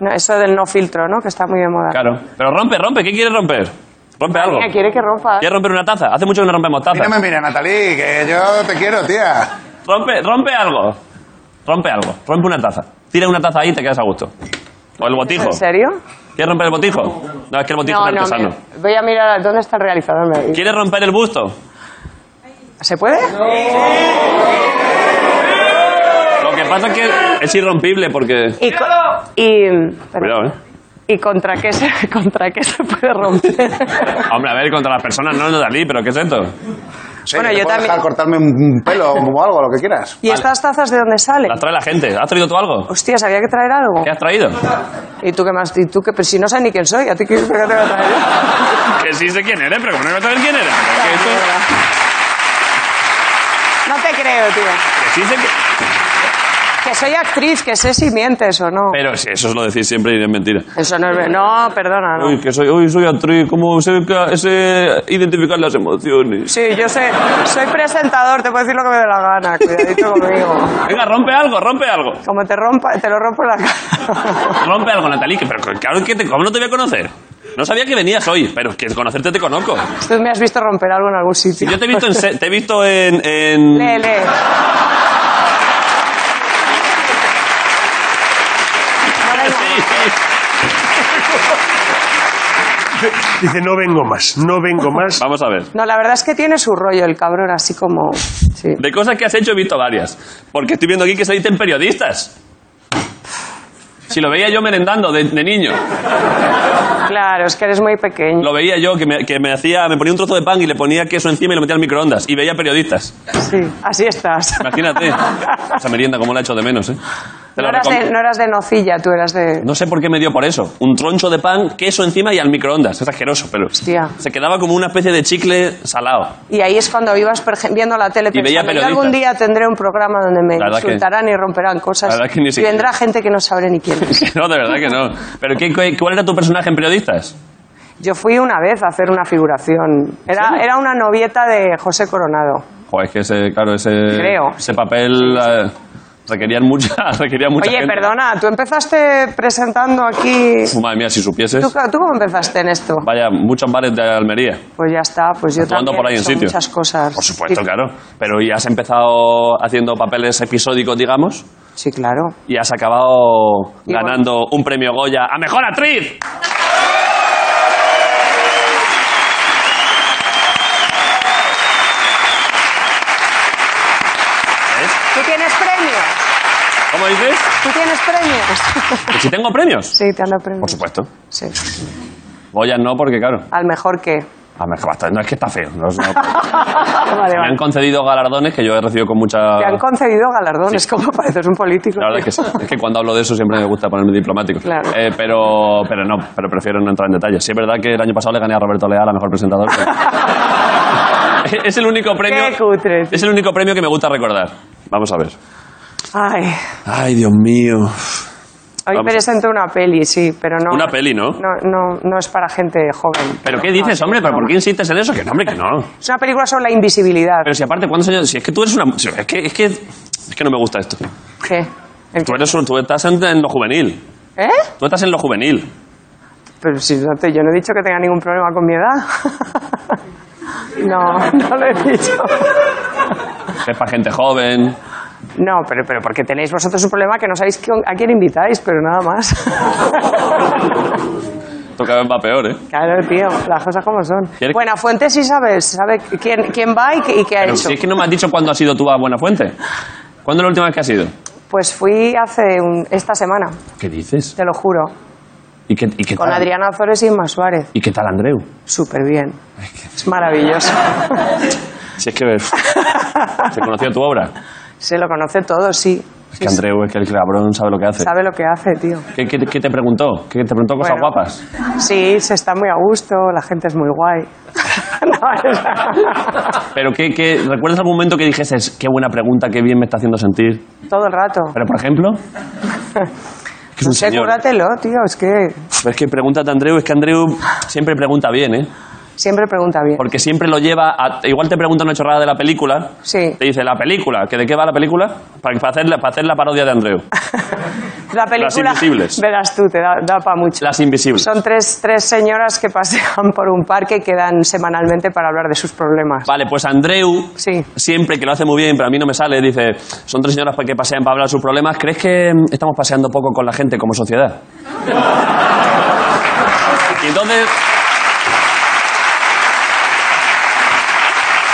No, eso del no filtro, ¿no? Que está muy de moda. Claro. Pero rompe, rompe. ¿Qué quieres romper? Rompe algo. Mira, quiere que rompa. ¿Quieres romper una taza? Hace mucho que no rompemos A mí no me tazas. mire, Natalí, que yo te quiero, tía. Rompe, rompe algo. Rompe algo. Rompe una taza. Tira una taza ahí y te quedas a gusto. O el botijo. ¿En serio? ¿Quieres romper el botijo? No, es que el botijo es artesano. mira, voy a mirar a- dónde está el realizador. me- ¿Quieres romper el busto? ¿Se puede? Lo que pasa es que es irrompible porque... Y, co- y, mm, Cuidado, ¿eh? ¿Y contra qué se, <laughs> contra qué se puede <laughs> romper? Hombre, a ver, contra las personas no, no, Dalí, pero ¿qué es esto? Sí, Bueno, te yo puedo también- dejar cortarme un pelo o algo, lo que quieras. ¿Y estas tazas de dónde salen? Las trae la gente. ¿Has traído tú algo? Hostia, ¿sabía que traer algo? ¿Qué has traído? ¿Y tú qué más? ¿Y tú qué? Pero si no sé ni quién soy, ¿a ti qué qué te voy a traer? Que sí sé quién eres, pero como no voy a saber quién eres. Pero que esto- No te creo, tío. que sí sé que- Que soy actriz, que sé si mientes o no. Pero si eso os lo decís siempre y es mentira. Eso no es... ver- No, perdona, no. Uy, que soy, uy, soy actriz, ¿cómo sé, que- sé identificar las emociones? Sí, yo sé, soy presentador, te puedo decir lo que me dé la gana, cuidadito conmigo. Venga, rompe algo, rompe algo. Como te rompa, te lo rompo en la cara. Rompe algo, Natalí, que, pero claro que te, ¿cómo no te voy a conocer? No sabía que venías hoy, pero es que conocerte te conozco. Tú me has visto romper algo en algún sitio. Yo te he visto en... se- Te he visto en, en- Lee, lee. <laughs> Sí, sí. Dice, no vengo más, no vengo <laughs> más. Vamos a ver. No, la verdad es que tiene su rollo el cabrón, así como... Sí. De cosas que has hecho he visto varias. Porque estoy viendo aquí que se dicen periodistas. Si lo veía yo merendando de, de niño, Claro, es que eres muy pequeño. lo veía yo que me, que me hacía, me ponía un trozo de pan y le ponía queso encima y lo metía al microondas y veía periodistas. Sí, así estás. Imagínate. <laughs> Esa merienda como la he hecho de menos, ¿eh? Te No la eras, de, recom- no eras de nocilla, tú eras de... No sé por qué me dio por eso. Un troncho de pan, queso encima y al microondas. Es asqueroso, pero Hostia. se quedaba como una especie de chicle salado. <laughs> Y ahí es cuando ibas perge- viendo la tele Y veía pensando, yo algún día periodistas. tendré un programa donde me La verdad que- insultarán y romperán cosas. La verdad que ni y siquiera- vendrá gente que no sabré ni quién es. No, de verdad que no. ¿Pero qué- qué- cuál era tu personaje en periodistas? Yo fui una vez a hacer una figuración. Era, era una novieta de José Coronado. Joder, Pues es que ese, claro, ese, Creo. ese papel eh, requerían mucha, <laughs> requería mucha Oye, gente. perdona, tú empezaste presentando aquí... Uf, madre mía, si supieses. ¿Tú, tú cómo empezaste en esto? Vaya, muchos bares de Almería. Pues ya está, pues yo Actuando también por ahí he en hecho sitios. muchas cosas. Por supuesto, sí, claro. Pero ya has empezado haciendo papeles episódicos, digamos, Sí, claro. y has acabado Y bueno. ganando un premio Goya a Mejor Actriz. ¿Ves? ¿Tú tienes premios? ¿Cómo dices? ¿Tú tienes premios? <laughs> ¿Que si tengo premios? sí, te han dado premios. Por supuesto. Sí. Goya no, porque claro. Al <laughs> mejor que... A ver, basta, no es que está feo. no es- <laughs> no. vale, Me vale. han concedido galardones que yo he recibido con mucha. Te han concedido galardones, como <laughs> pareces un político. La verdad es que sí. Es que cuando hablo de eso siempre me gusta ponerme diplomático. Claro. Eh, pero, pero no, pero prefiero no entrar en detalles. Sí, es verdad que el año pasado le gané a Roberto Leal la mejor presentador. <laughs> pero- es el único premio. Qué cutre, tío. Es el único premio que me gusta recordar. Vamos a ver. Ay, Ay, Dios mío. hoy Vamos. presento una peli, sí, pero no... Una peli, ¿no? No, no, no es para gente joven. ¿Pero qué dices, Ah, hombre? ¿Pero no. por qué insistes en eso? Que no, hombre, que no. Es una película sobre la invisibilidad. Pero si aparte, ¿cuántos años? Si es que tú eres una. si Es que, es que, es que no me gusta esto. ¿Qué? ¿El Tú, qué? eres, un- tú estás en, en lo juvenil. ¿Eh? Tú estás en lo juvenil. Pero si no te, yo no he dicho que tenga ningún problema con mi edad. <laughs> No, no lo he dicho. Es para gente joven. No, pero, pero porque tenéis vosotros un problema que no sabéis quién- a quién invitáis, pero nada más. Esto cada vez va peor, ¿eh? <laughs> Claro, tío, las cosas como son. ¿Quieres- Buena Fuente sí sabes, sabe quién, quién va y qué, y qué ha Pero hecho. si es que no me has dicho cuándo has ido tú a Buenafuente. ¿Cuándo es la última vez que has ido? Pues fui hace un- esta semana, ¿Qué dices? te lo juro, ¿Y qué, y qué con tal? Adriana Azores y Inma Suárez. ¿Y qué tal Andreu? Súper bien. Es maravilloso. Si es que ves. Se conoció tu obra. <laughs> <laughs> Se lo conoce todo, sí. Es que Andreu, es que el cabrón sabe lo que hace. Sabe lo que hace, tío. ¿Qué, qué, qué te preguntó? ¿Qué te preguntó cosas Bueno. guapas? Sí, se está muy a gusto, la gente es muy <laughs> guay. No, es- Pero qué, qué- ¿recuerdas algún momento que dijese, qué buena pregunta, qué bien me está haciendo sentir? <laughs> todo el rato. Pero, por <laughs> ejemplo, que es un No sé, señor. cúrratelo, tío, es que Pero es que pregúntate a Andreu, es que Andreu siempre pregunta bien, ¿eh? siempre pregunta bien. Porque siempre lo lleva a... Igual te pregunta una chorrada de la película, Sí. te dice, ¿la película? ¿Que ¿De qué va la película? Para, para, hacer, la- para hacer la parodia de <laughs> Andreu. La película, invisibles. <laughs> verás tú, te da, para mucho. Las invisibles. Son tres, tres señoras que pasean <laughs> por un parque y quedan semanalmente para hablar de sus problemas. Vale, pues Andreu, Sí. siempre que lo hace muy bien, pero a mí no me sale, dice, son tres señoras que pasean para hablar sus problemas, ¿crees que mm, estamos paseando poco con la gente como <laughs> sociedad? y entonces,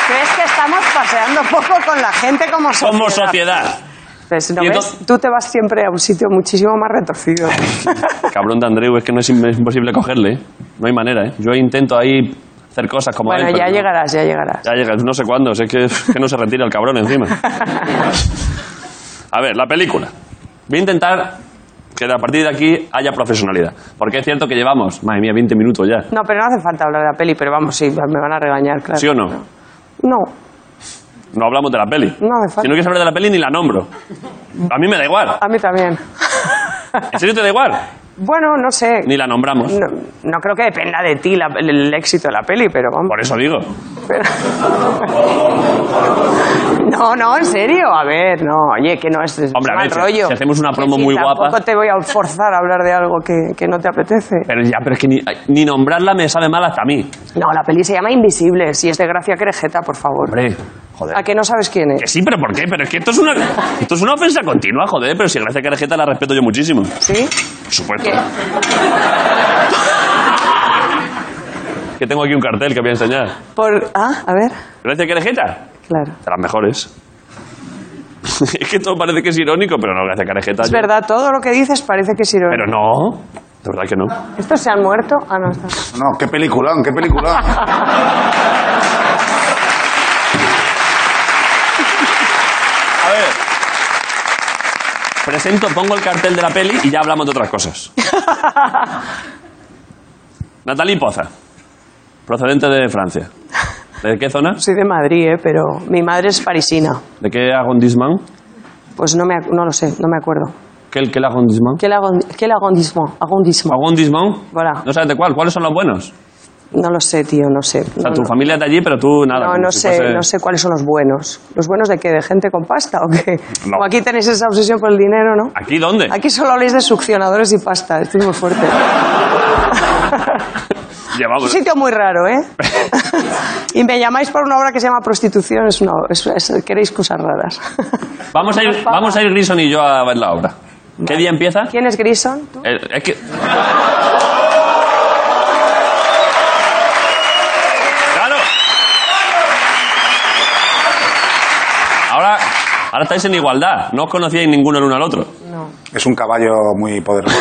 ¿Crees que estamos paseando <laughs> poco con la gente como sociedad? como sociedad. Pues, ¿no Y ves? entonces- Tú te vas siempre a un sitio muchísimo más <laughs> retorcido. Cabrón de Andreu, es que no es, im- es imposible cogerle, ¿eh? no hay manera, ¿eh? Yo intento ahí hacer cosas como bueno, él, pero ya pues no. llegarás, ya llegarás. Ya llega, no sé cuándo, si es que, es que no se retira el cabrón encima. A ver, la película. Voy a intentar que a partir de aquí haya profesionalidad. Porque es cierto que llevamos, madre mía, 20 minutos ya. No, pero no hace falta hablar de la peli, pero vamos, sí, me van a regañar, claro. ¿Sí o no? No, No hablamos de la peli. No hace falta. Si no quieres hablar de la peli, ni la nombro. A mí me da igual. a mí también. ¿En serio te da igual? bueno, no sé. Ni la nombramos. No, no creo que dependa de ti la- el, el éxito de la peli, pero vamos. Por eso digo. No, no, en serio, a ver, no, oye, que no es, es Hombre, a mal ver, si- rollo. si hacemos una Que promo sí, muy guapa- Tampoco te voy a forzar a hablar de algo que, que no te apetece. Pero ya, pero es que ni, ay, ni nombrarla me sabe mal hasta a mí. No, la peli se llama Invisibles y es de Gracia Querejeta, por favor. Hombre, joder. ¿A que no sabes quién Que es? sí, pero ¿por qué? Pero es que esto es una, esto es una ofensa continua, joder. Pero si gracias a Carajeta la respeto yo muchísimo. Por ¿Sí? supuesto. Que tengo aquí un cartel que voy a enseñar. Por... Ah, a ver, Gracias Carajeta. claro. De las mejores. <laughs> es que todo parece que es irónico, pero no, gracias Carajeta. Es yo- verdad, todo lo que dices parece que es Pero irónico. no. De verdad que no. ¿Estos se han muerto? Ah, no, está. No, qué peliculón, qué peliculón. A ver. Presento, pongo el cartel de la peli y ya hablamos de otras cosas. <laughs> Natalie Poza, procedente de Francia. ¿De qué zona? Soy de Madrid, ¿eh? pero mi madre es parisina. ¿De qué agondissement? Pues no, me, ac- no lo sé, no me acuerdo. ¿Qué qué el agondissement? ¿Qué le agondismo? Agondismo. ¿Agondissement? Voilà. No sabes de cuál. ¿Cuáles son los buenos? No lo sé, tío, no sé. O sea, No, tu no. familia es de allí, pero tú nada. No, como no si sé, fuese- no sé cuáles son los buenos. ¿Los buenos de qué? ¿De gente con pasta o qué? No. Como aquí tenéis esa obsesión por el dinero, ¿no? ¿Aquí dónde? Aquí solo habléis de succionadores y pasta, esto es muy fuerte. Llevamos. un sitio muy raro, ¿eh? y me llamáis por una obra que se llama Prostitución, es una, es- es- queréis cosas raras. Vamos a ir, vamos a ir Grison y yo a ver la obra. ¿Qué día empieza? ¿Quién es Grison? ¿Tú? Eh, es que. ¡Claro! Ahora, ahora estáis en igualdad. No os conocíais ninguno el uno al otro. Es un caballo muy poderoso.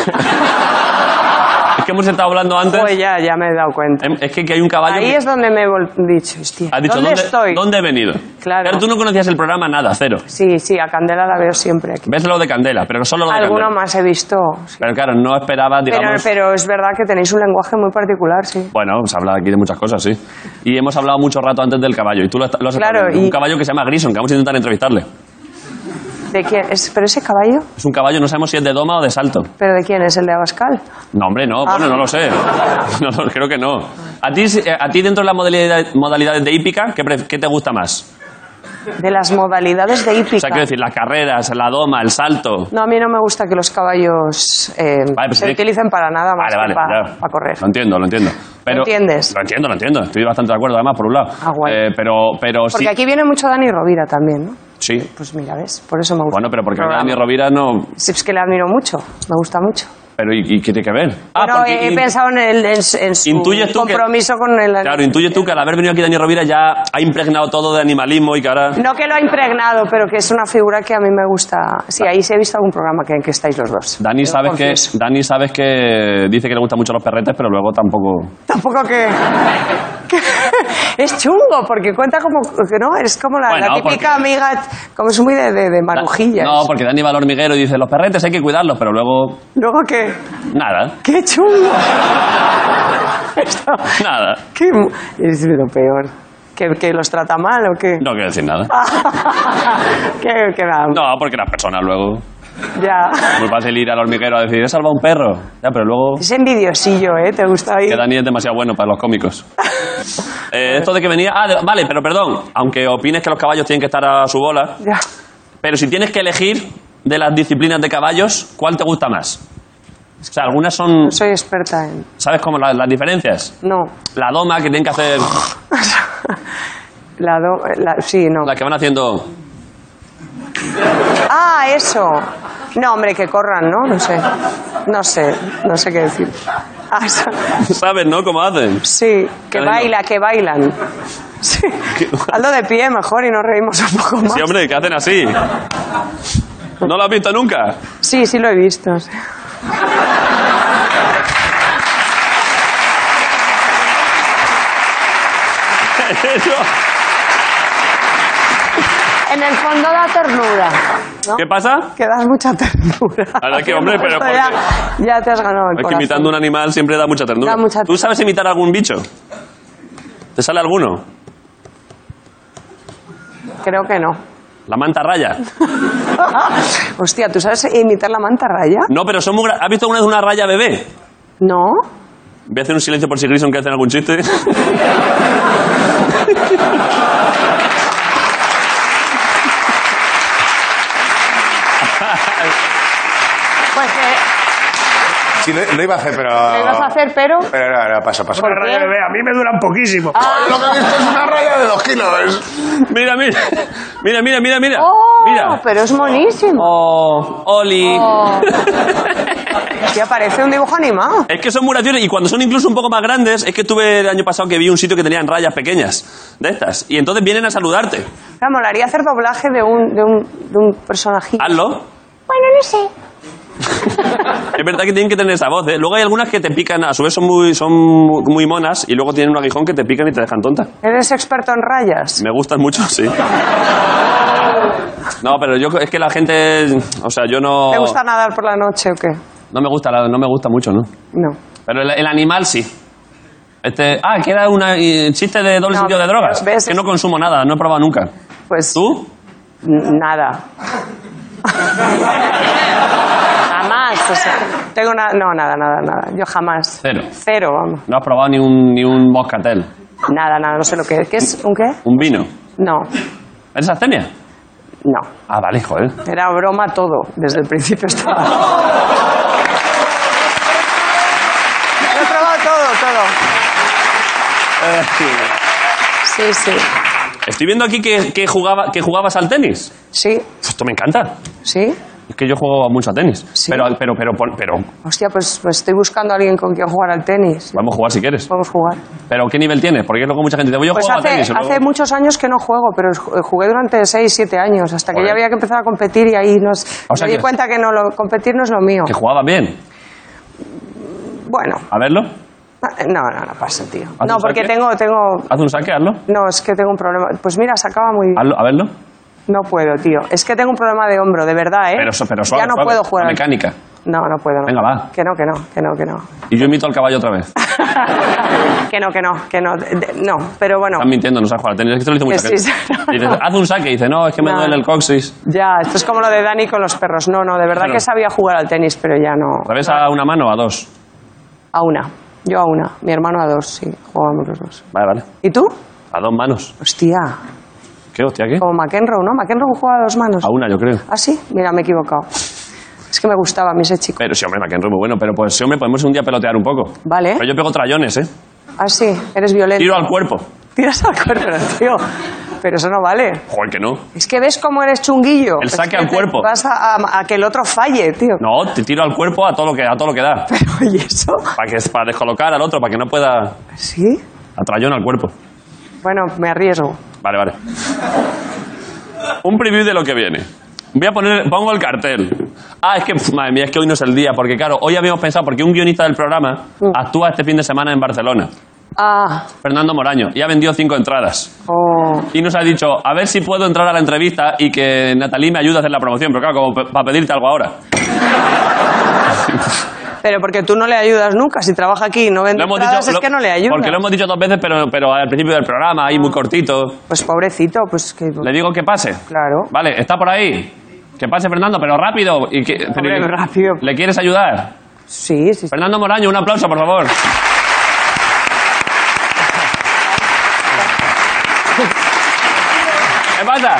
Es que hemos estado hablando antes. Pues ya, ya me he dado cuenta. Em, Es que, que hay un caballo. Ahí que- es donde me he vol- dicho, hostia, Has dicho, ¿dónde, ¿dónde, estoy? dónde he venido? Claro. Pero tú no conocías el programa nada, cero. Sí, sí, a Candela la veo siempre aquí. Ves lo de Candela, pero solo lo de Alguno Candela. más he visto. sí. Pero claro, no esperabas, Pero, digamos... pero es verdad que tenéis un lenguaje muy particular, sí. Bueno, hemos hablado aquí de muchas cosas, sí. Y hemos hablado mucho rato antes del caballo, y tú lo, has- lo has estado Claro, viendo. y- Un caballo que se llama Grison, que vamos a intentar entrevistarle. ¿De quién? Es, ¿Pero ese caballo? Es un caballo, no sabemos si es de doma o de salto. ¿Pero de quién es? ¿El de Abascal? No, hombre, no, Ah. bueno, no lo sé. <laughs> No, no, creo que no. A ti, si- eh, a ti dentro de las modalidad- modalidades de hípica, ¿qué, pref- qué te gusta más? De las modalidades de hípica. O sea, quiero decir, las carreras, la doma, el salto... No, a mí no me gusta que los caballos eh, Vale, pues se tiene que- utilicen para nada más Vale, vale, que para, ya. correr. Lo entiendo, lo entiendo. Pero, ¿Lo entiendes? Lo entiendo, lo entiendo. Estoy bastante de acuerdo, además, por un lado. Ah, guay. Eh, pero, pero Porque sí. aquí viene mucho Dani Rovira también, ¿no? Sí. Pues mira, ¿ves? Por eso me gusta. Bueno, pero porque el Dani programa. Rovira no. Sí, es que le admiro mucho, me gusta mucho. Pero ¿y, y qué tiene que ver? eh, Pero he, he Ah, in- pensado en, el, en, su- en su intuyes tú que- compromiso con el... Claro, intuyes tú que al haber venido aquí Dani Rovira ya ha impregnado todo de animalismo y que ahora. No que lo ha impregnado, pero que es una figura que a mí me gusta. Sí, ahí sí he visto algún programa que, en que estáis los dos. Dani Yo sabes confieso. que Dani sabes que dice que le gustan mucho los perretes, pero luego tampoco. Tampoco que... <laughs> es chungo, porque cuenta como, que ¿no? Es como la, Bueno, la típica porque- amiga, como es muy de, de, de marujillas. No, porque Dani va al hormiguero y dice, los perretes hay que cuidarlos, pero luego, Luego que, nada, qué chungo. Esto, nada. qué mu- es lo peor. ¿Que, que los trata mal o qué? <laughs> No quiero decir nada. que, que da- No, porque las personas luego... Ya. Es muy fácil ir al hormiguero a decir, he salvado a un perro. Ya, pero luego... Es envidiosillo, ¿eh? ¿Te gusta ahí? Que Dani es demasiado bueno para los cómicos. Eh, esto de que venía... Ah, de- vale, pero perdón. Aunque opines que los caballos tienen que estar a su bola, Ya. pero si tienes que elegir de las disciplinas de caballos, ¿cuál te gusta más? O sea, algunas son... No soy experta en... ¿Sabes cómo la- las diferencias? No. <laughs> La doma que tienen que hacer... La do- la- sí, no. Las que van haciendo... Ah, eso. No, hombre, que corran, ¿no? No sé. No sé, no sé qué decir. Ah, eso. ¿Sabes, no? ¿Cómo hacen? Sí, que Cada baila, que bailan. Sí. Hazlo de pie mejor y nos reímos un poco más. Sí, hombre, que hacen así. ¿No lo has visto <laughs> nunca? Sí, sí lo he visto. sí. En el fondo da ternura. ¿no? ¿Qué pasa? Que das mucha ternura. La verdad que, hombre, pero Esto <laughs> ya, ya te has ganado el Es que corazón. imitando un animal siempre da mucha ternura. Da mucha ¿Tú sabes imitar algún bicho? ¿Te sale alguno? Creo que no. <laughs> La manta raya. Hostia, ¿tú sabes imitar la manta raya? No, pero son muy... gra- ¿Has visto alguna vez una raya bebé? No. Voy a hacer un silencio por si Grison que hacen algún chiste. <laughs> Pues que Sí, lo, lo iba a hacer, pero... lo ibas Ah. a hacer, pero... Pero no, no, pasa, pasa. ¿Por Raya qué? bebé, A mí me duran poquísimo. Lo que he visto es una raya de dos kilos. mira, mira. Mira, mira, mira, mira. ¡Oh! mira. Pero es monísimo. Oh, Oli. Hostia, parece un dibujo animado. Es que son muy graciosos y cuando son incluso un poco más grandes, es que tuve el año pasado que vi un sitio que tenían rayas pequeñas de estas. Y entonces vienen a saludarte. Me molaría hacer doblaje de un, de un, de un personajillo. Hazlo. Bueno, no sé. <laughs> Es verdad que tienen que tener esa voz, ¿eh? Luego hay algunas que te pican, a su vez son muy, son muy muy monas y luego tienen un aguijón que te pican y te dejan tonta. ¿Eres experto en rayas? Me gustan mucho, <laughs> sí. No, pero yo es que la gente, o sea, yo no ¿Te gusta nadar por la noche o qué? no me gusta, la- no me gusta mucho, ¿no? No. Pero el, el animal sí. Este, ah, que era una- eh, chiste de doble No, sentido de pero drogas. ves- Que no consumo nada, no he probado nunca. Pues ¿Tú? n- nada. jamás. o sea, tengo una... No, nada, nada, nada. Yo jamás. Cero. Cero, vamos. No has probado ni un ni un moscatel, Nada, nada, no sé lo que es. ¿Qué es? ¿Un qué? un vino. No, ¿Eres abstemia? no. Ah, vale, joder. Era broma todo. Desde el principio estaba. Lo he probado todo, todo. Sí, sí. Estoy viendo aquí que, que jugaba, que jugabas al tenis. Sí, Esto me encanta. sí. Es que yo juego mucho a tenis. Sí. Pero, pero, pero, pon- pero, Hostia, pues, pues estoy buscando a alguien con quien jugar al tenis. vamos a jugar si quieres. Podemos jugar. Pero ¿qué nivel tienes? Porque es lo que mucha gente dice, voy a Pues jugar a hace, tenis. y luego- hace muchos años que no juego, pero ju- jugué durante 6, 7 años, hasta que Joder. ya había que empezar a competir y ahí nos, O sea me di que- cuenta que no lo, competir no es lo mío. Que jugaba bien. Bueno, ah, A verlo. no, no, no pasa, tío. un No, porque saque? tengo, tengo, Haz un saque, hazlo. No, es que tengo un problema. Pues mira, se acaba muy bien. Hazlo, a verlo. No puedo, tío. Es que tengo un problema de hombro, de verdad, ¿eh? Pero, so- pero suave, ya no suave. puedo jugar. La al- mecánica. No, no puedo. no. Venga, va. Que no, que no, que no, que no. <laughs> Y yo imito al caballo otra vez. que no, que no, que no. de- de- no, pero bueno. Estás mintiendo, no sabes jugar al tenis. Es que esto lo dice mucha Que sí, gente. sí. Y dices, haz un saque. Y dice, no, es que me No. duele el coxis. Ya, esto es como lo de Dani con los perros. No, no, de verdad Claro. que sabía jugar al tenis, pero ya no. ¿Sabes a una mano o a dos? A una. Yo a una. Mi hermano a dos, sí. Jugábamos los dos. Vale, vale. ¿Y tú? A dos manos. Hostia. ¿Qué hostia, qué? Como McEnroe, ¿no? McEnroe jugaba a dos manos. A una, yo creo. ¿Ah, sí? Mira, me he equivocado. Es que me gustaba a mí ese chico. Pero sí, hombre, McEnroe, muy bueno. Pero pues sí, hombre, podemos un día pelotear un poco. Vale. Pero yo pego trayones, ¿eh? Ah, sí. Eres violento. Tiro al cuerpo. Tiras al cuerpo, <laughs> tío. Pero eso no vale. Joder, que no. Es que ves cómo eres chunguillo. El Es saque que al te- cuerpo. Vas a, a- a que el otro falle, tío. No, te tiro al cuerpo a todo lo que, a todo lo que da. <laughs> Pero, ¿y eso? Para, que, para descolocar al otro, para que no pueda... ¿Sí? Atrayón al cuerpo. Bueno, me arriesgo. Vale, vale. Un preview de lo que viene. Voy a poner, pongo el cartel. Ah, es que, pf, madre mía, es que Mm. hoy no es el día, porque claro, hoy habíamos pensado, porque un guionista del programa actúa este fin de semana en Barcelona. Ah, Fernando Moraño, y ha vendido cinco entradas. oh. Y nos ha dicho, a ver si puedo entrar a la entrevista y que Natalí me ayude a hacer la promoción, pero claro, como pe- para pedirte algo ahora. Pero porque tú no le ayudas nunca. Si trabaja aquí y no vende Lo hemos entradas, dicho- es lo- que no le ayudas. Porque lo hemos dicho dos veces, pero, pero al principio del programa, ahí muy cortito. Pues pobrecito, pues que... Le digo que pase. Claro. Vale, está por ahí. Que pase Fernando, pero rápido. Y que- pero- Hombre, rápido. ¿Le quieres ayudar? Sí, sí. sí. Fernando Moraño, un aplauso, por favor. ¿Qué pasa?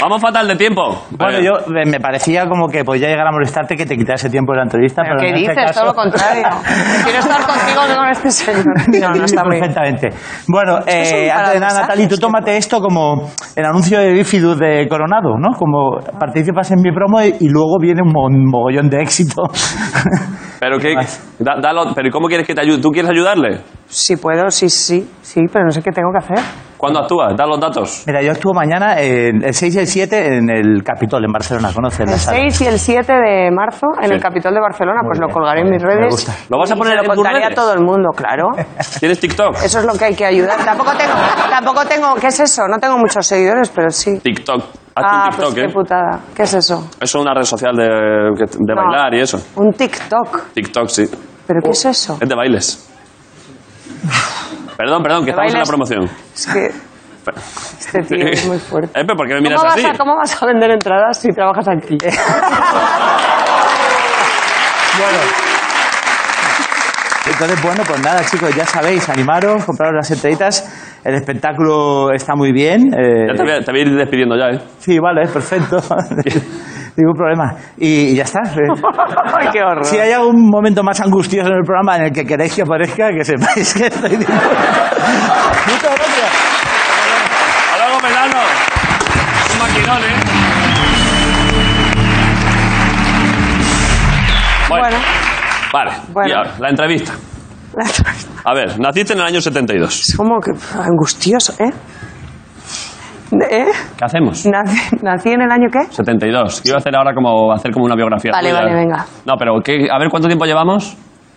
Vamos fatal de tiempo. Bueno, Eh, yo eh, me parecía como que podía llegar a molestarte que te quitase tiempo de la entrevista, pero, ¿Pero qué en este dices? caso- Todo lo <laughs> contrario. <laughs> Quiero estar contigo, no con este señor. No, no está muy bien. Perfectamente. Bueno, que son eh, antes de nada, paradojas, Natalie, tú es que- tómate esto como el anuncio de Bifidus de Coronado, ¿no? Como participas en mi promo y, y luego viene un mo- mogollón de éxito. <laughs> Pero, ¿qué, da- dalo- pero ¿y ¿cómo quieres que te ayude? ¿Tú quieres ayudarle? Si puedo, sí, sí, sí, pero no sé qué tengo que hacer. ¿Cuándo actúas? Da los datos. Mira, yo actúo mañana en el 6 y el 7 en el Capitol, en Barcelona, ¿conoces? la El sala? 6 y el 7 de marzo en el Capitol de Barcelona, pues lo colgaré en mis redes. gusta. ¿Lo vas a y poner se en lo tus contaré a redes? todo el mundo, claro. ¿Tienes TikTok? Eso es lo que hay que ayudar. Tampoco tengo, tampoco tengo, ¿qué es eso? No tengo muchos seguidores, pero sí. TikTok. Hazte Ah, un TikTok, pues ¿eh? qué putada. ¿Qué es eso? Eso es una red social de, que- de No. bailar y eso. Oh. Un TikTok. TikTok, sí. ¿Pero qué es eso? Es de bailes. Perdón, perdón, que ¿De estamos en la bailes? promoción. Es que <laughs> este tío es muy fuerte. Eh, pero ¿por qué me miras ¿Cómo vas, así? a, ¿Cómo vas a vender entradas si <laughs> trabajas aquí? Entonces, bueno, pues nada, chicos, ya sabéis, animaros, compraros las entraditas. El espectáculo está muy bien. eh, Ya te voy, a, te voy a ir despidiendo ya, ¿eh? Sí, vale, perfecto. <laughs> Ningún problema. Y, y ya está. Ay, qué horror. Si hay algún momento más angustioso en el programa en el que queréis que aparezca, que sepáis que <laughs> estoy dispuesto. Muchas gracias. ¡Hasta luego, Fernando! Un maquinón, ¿eh? Bueno. Bueno. Vale. Bueno. Y ahora, la entrevista. A ver, naciste en el año 72. Es como que angustioso, ¿eh? ¿Eh? ¿Qué hacemos? ¿Nací, nací en el año qué? 72. Iba a hacer ahora como, hacer como una biografía. Vale, tuya. vale, venga. No, pero ¿qué- a ver cuánto tiempo llevamos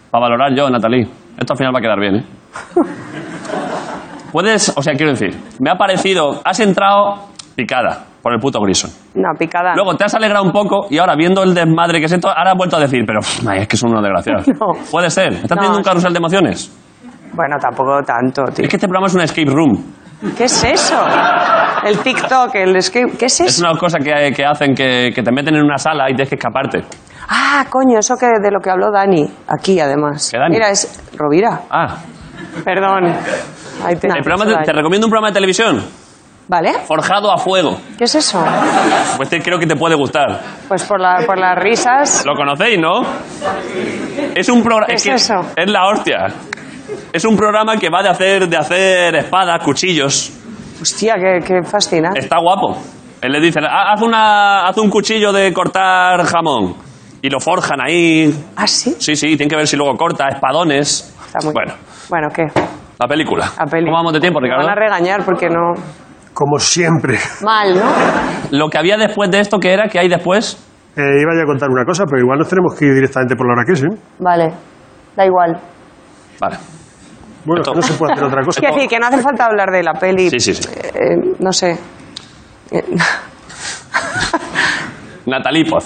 para valorar yo, Natalí. Esto al final va a quedar bien, <laughs> ¿eh? Puedes, o sea, quiero decir, me ha parecido, has entrado picada por el puto Grison. No, picada. Luego te has alegrado un poco y ahora viendo el desmadre que es esto, ahora has vuelto a decir, pero pff, ay, es que son unos desgraciados. <laughs> No. Puede ser. ¿Estás No, teniendo un sí. carrusel de emociones? Bueno, tampoco tanto, tío. Es que este programa es una escape room. ¿Qué es eso? El TikTok, el escape. ¿Qué es Es eso? una cosa que, que hacen que, que te meten en una sala y tienes que escaparte. Ah, coño, eso que de lo que habló Dani, aquí además. ¿Qué Dani? Mira, es Rovira. Ah, Perdón. Ahí te, el programa de- te recomiendo un programa de televisión, ¿Vale? Forjado a Fuego. ¿Qué es eso? Pues te- creo que te puede gustar. Pues por, la, por las risas. Lo conocéis, ¿no? Es un programa. ¿Qué es eso? Es la hostia. Es un programa que va de hacer, de hacer espadas, cuchillos. Hostia, qué, qué fascinante. Está guapo. Él le dice, "Ha- haz, una, haz un cuchillo de cortar jamón. Y lo forjan ahí. Ah, sí. Sí, sí, tiene que ver si luego corta, espadones. Está muy bueno, Bueno, ¿qué? la película. A peli. ¿Cómo vamos de tiempo, Me Ricardo? van a regañar porque no. Como siempre. <laughs> Mal, ¿no? Lo que había después de esto, ¿qué era? ¿Qué hay después? Eh, iba yo a contar una cosa, pero igual nos tenemos que ir directamente por la hora que es, ¿eh? Vale, da igual. Vale. Bueno, Esto- no se puede hacer otra <laughs> cosa. Quiero decir que no hace falta hablar de la peli. Sí, sí, sí. Eh, no sé. Eh, <laughs> Natalie Poz.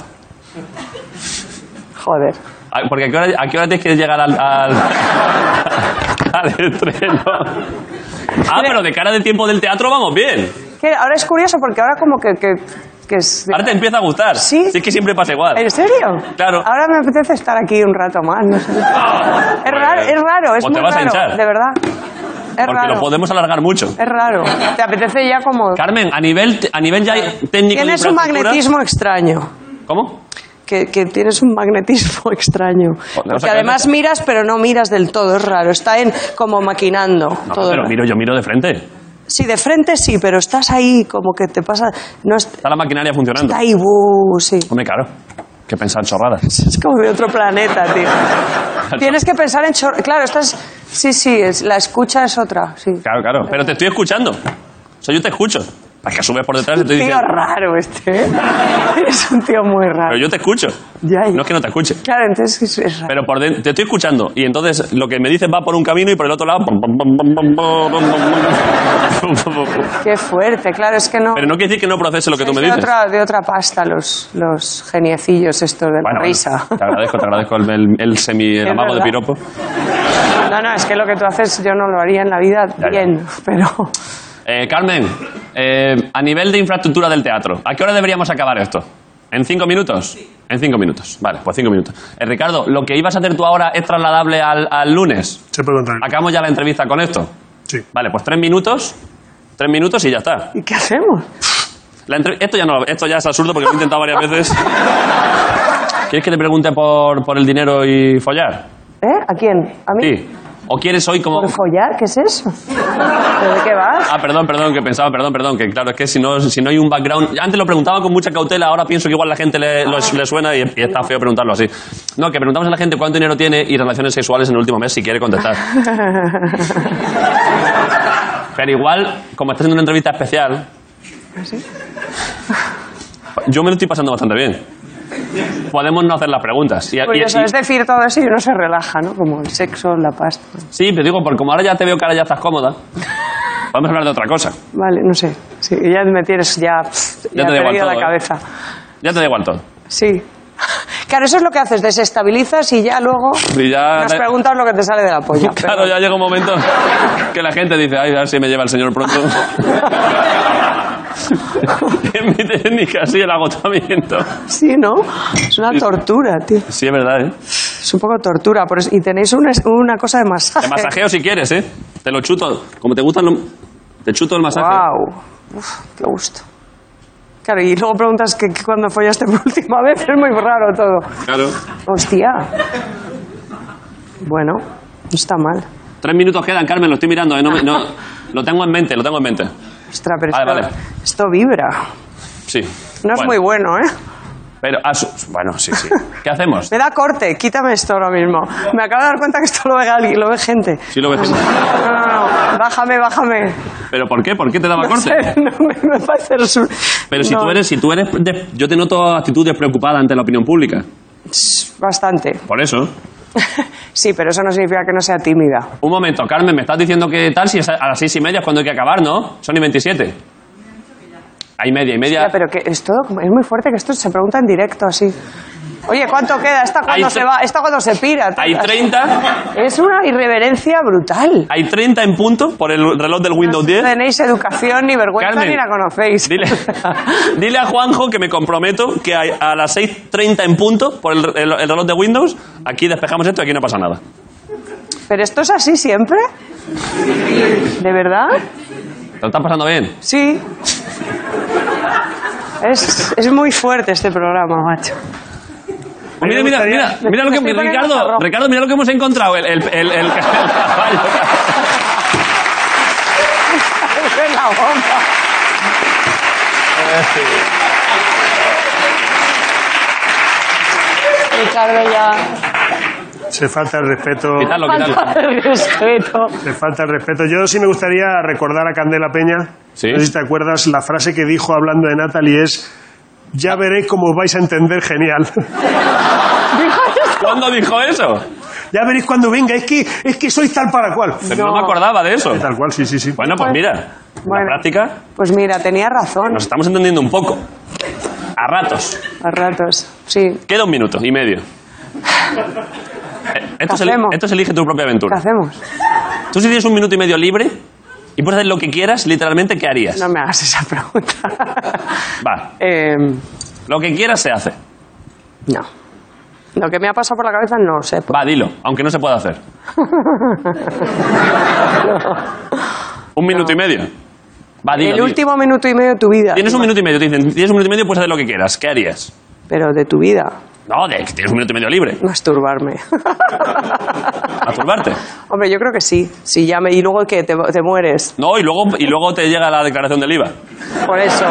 Joder. Ah, Porque ¿a qué hora, a qué hora tienes que llegar al, al, <laughs> al estreno? Ah, pero de cara de tiempo del teatro vamos bien. Que ahora es curioso porque ahora como que... que, que es- Ahora te empieza a gustar. Sí. es que siempre pasa igual. ¿En serio? Claro. Ah, Ahora me apetece estar aquí un rato más. no sé. Es raro, es raro, es O muy te vas a raro, hinchar. de verdad. Es Porque lo raro. podemos alargar mucho. Es raro. Te apetece ya como... Carmen, a nivel, a nivel ya <laughs> técnico de Tienes un infraestructura- magnetismo extraño. ¿Cómo? que, que tienes un magnetismo <laughs> extraño. vamos a Porque además cambiar. miras, pero no miras del todo, es raro. Está en como maquinando No, todo. pero el- miro, yo miro de frente. Sí, de frente sí, pero estás ahí como que te pasa. No es- Está la maquinaria funcionando. está ahí, buh, sí. Hombre, claro. Que pensar chorradas. Es como de otro planeta, <laughs> tío. Tienes que pensar en chor- Claro, estás. Sí, sí, es- la escucha es otra, sí. Claro, claro. Pero te estoy escuchando. O sea, yo te escucho. La que subes por detrás y te Tío dice. raro este. <laughs> Eres un tío muy raro. Pero yo te escucho. No es que no te escuche. Claro, entonces es- es raro. Pero por dentro, te estoy escuchando. Y entonces lo que me dices va por un camino y por el otro lado. pum, pum, pum, pum, pum, pum, pum, pum, pum, <laughs> pum, pum. Qué fuerte, claro, es que no. Pero no quiere decir que no procese lo que tú es me de dices. otra, de otra pasta los, los geniecillos estos de la Bueno, risa. Te agradezco, te agradezco el, el, el semi el Es amago de verdad. piropo. <laughs> No, no, es que lo que tú haces yo no lo haría en la vida bien, pero Eh, Carmen, eh, a nivel de infraestructura del teatro, ¿a qué hora deberíamos acabar esto? ¿En cinco minutos? En cinco minutos. Vale, pues cinco minutos. Eh, Ricardo, lo que ibas a hacer tú ahora es trasladable al, al lunes. Se puede contar. Acabamos ya la entrevista con esto. Sí. Vale, pues tres minutos. Tres minutos y ya está. ¿y qué hacemos? La entre- esto, ya no, esto ya es absurdo porque lo he intentado varias veces. ¿Quieres que te pregunte por, por el dinero y follar? ¿Eh? ¿A quién? ¿A mí? Sí. ¿O quieres hoy como...? ¿Por follar? ¿Qué es eso? ¿Pero de qué vas? Ah, perdón, perdón, que pensaba, perdón, perdón, que claro, es que si no, si no hay un background... Antes lo preguntaba con mucha cautela, ahora pienso que igual la gente le, Ah. lo- le suena y, y está feo preguntarlo así. No, que preguntamos a la gente cuánto dinero tiene y relaciones sexuales en el último mes, si quiere <laughs> contestar. Pero igual, como estás haciendo una entrevista especial... ¿Ah, Yo me lo estoy pasando bastante bien. Podemos no hacer las preguntas. Y, y- Pues ya y- sabes decir todo eso y uno se relaja, ¿no? Como el sexo, la pasta. sí, te digo, porque como ahora ya te veo que ahora ya estás cómoda, vamos a hablar de otra cosa. Vale, no sé. Sí, ya me tienes ya, pff, Ya ya te da he igual perdido todo, la ¿eh? cabeza. Ya te da igual todo. Sí. <laughs> Claro, eso es lo que haces, desestabilizas y ya luego Y ya- nos preguntas lo que te sale de la polla. <laughs> Claro, ya llega un momento que la gente dice, ay, a ver si me lleva el señor <laughs> pronto. es mi técnica, sí, el agotamiento. Sí, ¿no? Es una tortura, tío. Sí, es verdad, ¿eh? Es un poco tortura. Por eso- y tenéis una, una cosa de masaje. Te masajeo si quieres, ¿eh? Te lo chuto. Como te gustan los... Te chuto el masaje. ¡Wow! ¡Qué gusto! Claro, y luego preguntas que, que cuando follaste por <laughs> última vez es muy raro todo. Claro. ¡Hostia! Bueno, no está mal. Tres minutos quedan, Carmen, lo estoy mirando, ¿eh? No, me- no- lo tengo en mente, lo tengo en mente. Ostras, pero Vale, esto, vale. esto vibra. Sí. No es muy bueno, ¿eh? Pero, ah, su- bueno, sí, <laughs> sí. ¿Qué hacemos? Me da corte, quítame esto ahora mismo. Me acabo de dar cuenta que esto lo ve alguien, lo ve gente. Sí, lo ves. No, no, no, bájame, bájame. ¿Pero por qué? ¿Por qué te daba No corte? sé, <laughs> no me, me parece absurdo. Pero si No, tú eres, si tú eres, de- yo te noto actitud despreocupada ante la opinión pública. Bastante. <laughs> Por eso. Sí, pero eso no significa que no sea tímida. Un momento, Carmen, me estás diciendo que tal si es a las seis y media es cuando hay que acabar, ¿no? Son y 27. Hay media y media. Ya, pero que es todo, es muy fuerte que esto se pregunta en directo así. Oye, ¿cuánto queda? ¿Esta cuándo Hay se tre- va? ¿Esta cuándo se pira? Hay 30. Es una irreverencia brutal. Hay 30 en punto por el reloj del Windows 10. No tenéis educación ni vergüenza Carmen. ni la conocéis. <laughs> Dile, dile a Juanjo que me comprometo que a, a las 6.30 en punto por el, el- el reloj de Windows, aquí despejamos esto y aquí no pasa nada. ¿Pero esto es así siempre? ¿De verdad? ¿Te lo estás pasando bien? Sí. Es, es muy fuerte este programa, macho. Pues mira, mira, mira, mira lo que, Me estoy poniendo Ricardo, marrón. Ricardo, mira lo que hemos encontrado, el, el, el- el- <laughs> el caballo. Es la bomba. Ricardo ya. Se falta el respeto. Quítalo, quítalo. Falta de respeto. Le falta el respeto. Yo sí me gustaría recordar a Candela Peña. Sí. No sé si te acuerdas, la frase que dijo hablando de Natalie es: Ya veréis cómo os vais a entender genial. <laughs> ¿Cuándo dijo eso? ya veréis cuando venga, es que, es que sois tal para cual. No me acordaba de eso. Tal cual, sí, sí, sí. Bueno, pues mira, Bueno. la práctica Pues mira, tenía razón nos estamos entendiendo un poco. A ratos. a ratos. Sí. Queda un minuto y medio. Eh, Esto es, el- hacemos? esto es elige tu propia ¿Qué aventura. hacemos? Tú si tienes un minuto y medio libre y puedes hacer lo que quieras, literalmente, ¿qué harías? No me hagas esa <laughs> pregunta. Va, Eh, lo que quieras se hace. no. Lo que me ha pasado por la cabeza no lo sé. Va, dilo, aunque no se pueda <laughs> hacer. Un minuto y medio. Va, dilo. El dilo. último minuto y medio de tu vida. Tienes un minuto y medio, te dicen, tienes un minuto y medio, puedes hacer lo que quieras. ¿Qué harías? Pero de tu vida. No, de que tienes un minuto y medio libre. Masturbarme. <laughs> Masturbarte. Hombre, yo creo que sí. Si ya me... Y luego que te, te mueres. No, y luego, y luego te llega la declaración del IVA. <laughs> Por eso.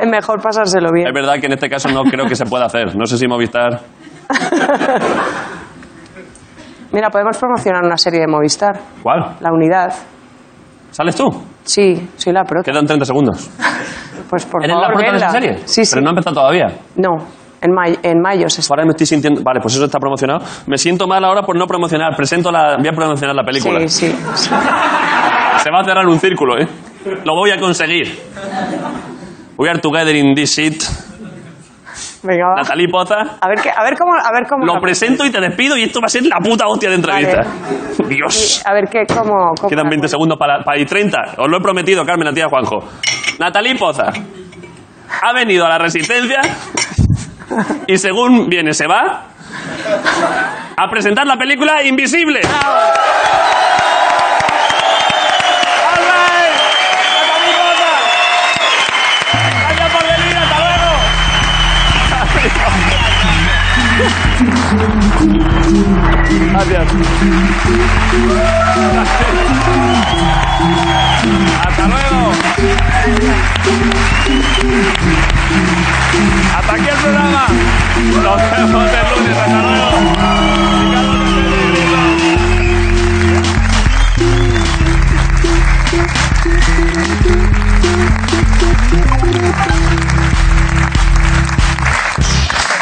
Es mejor pasárselo bien. Es verdad que en este caso no creo que se pueda hacer. No sé si Movistar. <laughs> Mira, podemos promocionar una serie de Movistar. ¿Cuál? La unidad. ¿Sales tú? Sí, soy la prota. Quedan 30 segundos. Pues por ¿Eres la favor, prota de esa vedla. serie? Sí, sí. Pero no ha empezado todavía. No, en, may- en mayo se está. Ahora me estoy sintiendo... Vale, pues eso está promocionado. Me siento mal ahora por no promocionar. Presento la... Voy a promocionar la película. Sí, sí. sí. Se va a cerrar un círculo, ¿eh? Lo voy a conseguir. We are together in this shit. Venga, va. Natalie Poza. A ver, qué- a ver cómo... A ver cómo Lo presento y te despido y esto va a ser la puta hostia de entrevista. Dios. A ver qué, cómo... cómo- Quedan 20 segundos para, para y 30. Os lo he prometido, Carmen, a ti y a Juanjo. Natalí Poza ha venido a la Resistencia y según viene se va a presentar la película Invisible. ¡Alright! ¡Natalí Poza! Gracias por venir, hasta luego. Gracias. Hasta luego. Hasta aquí el programa. Nos vemos.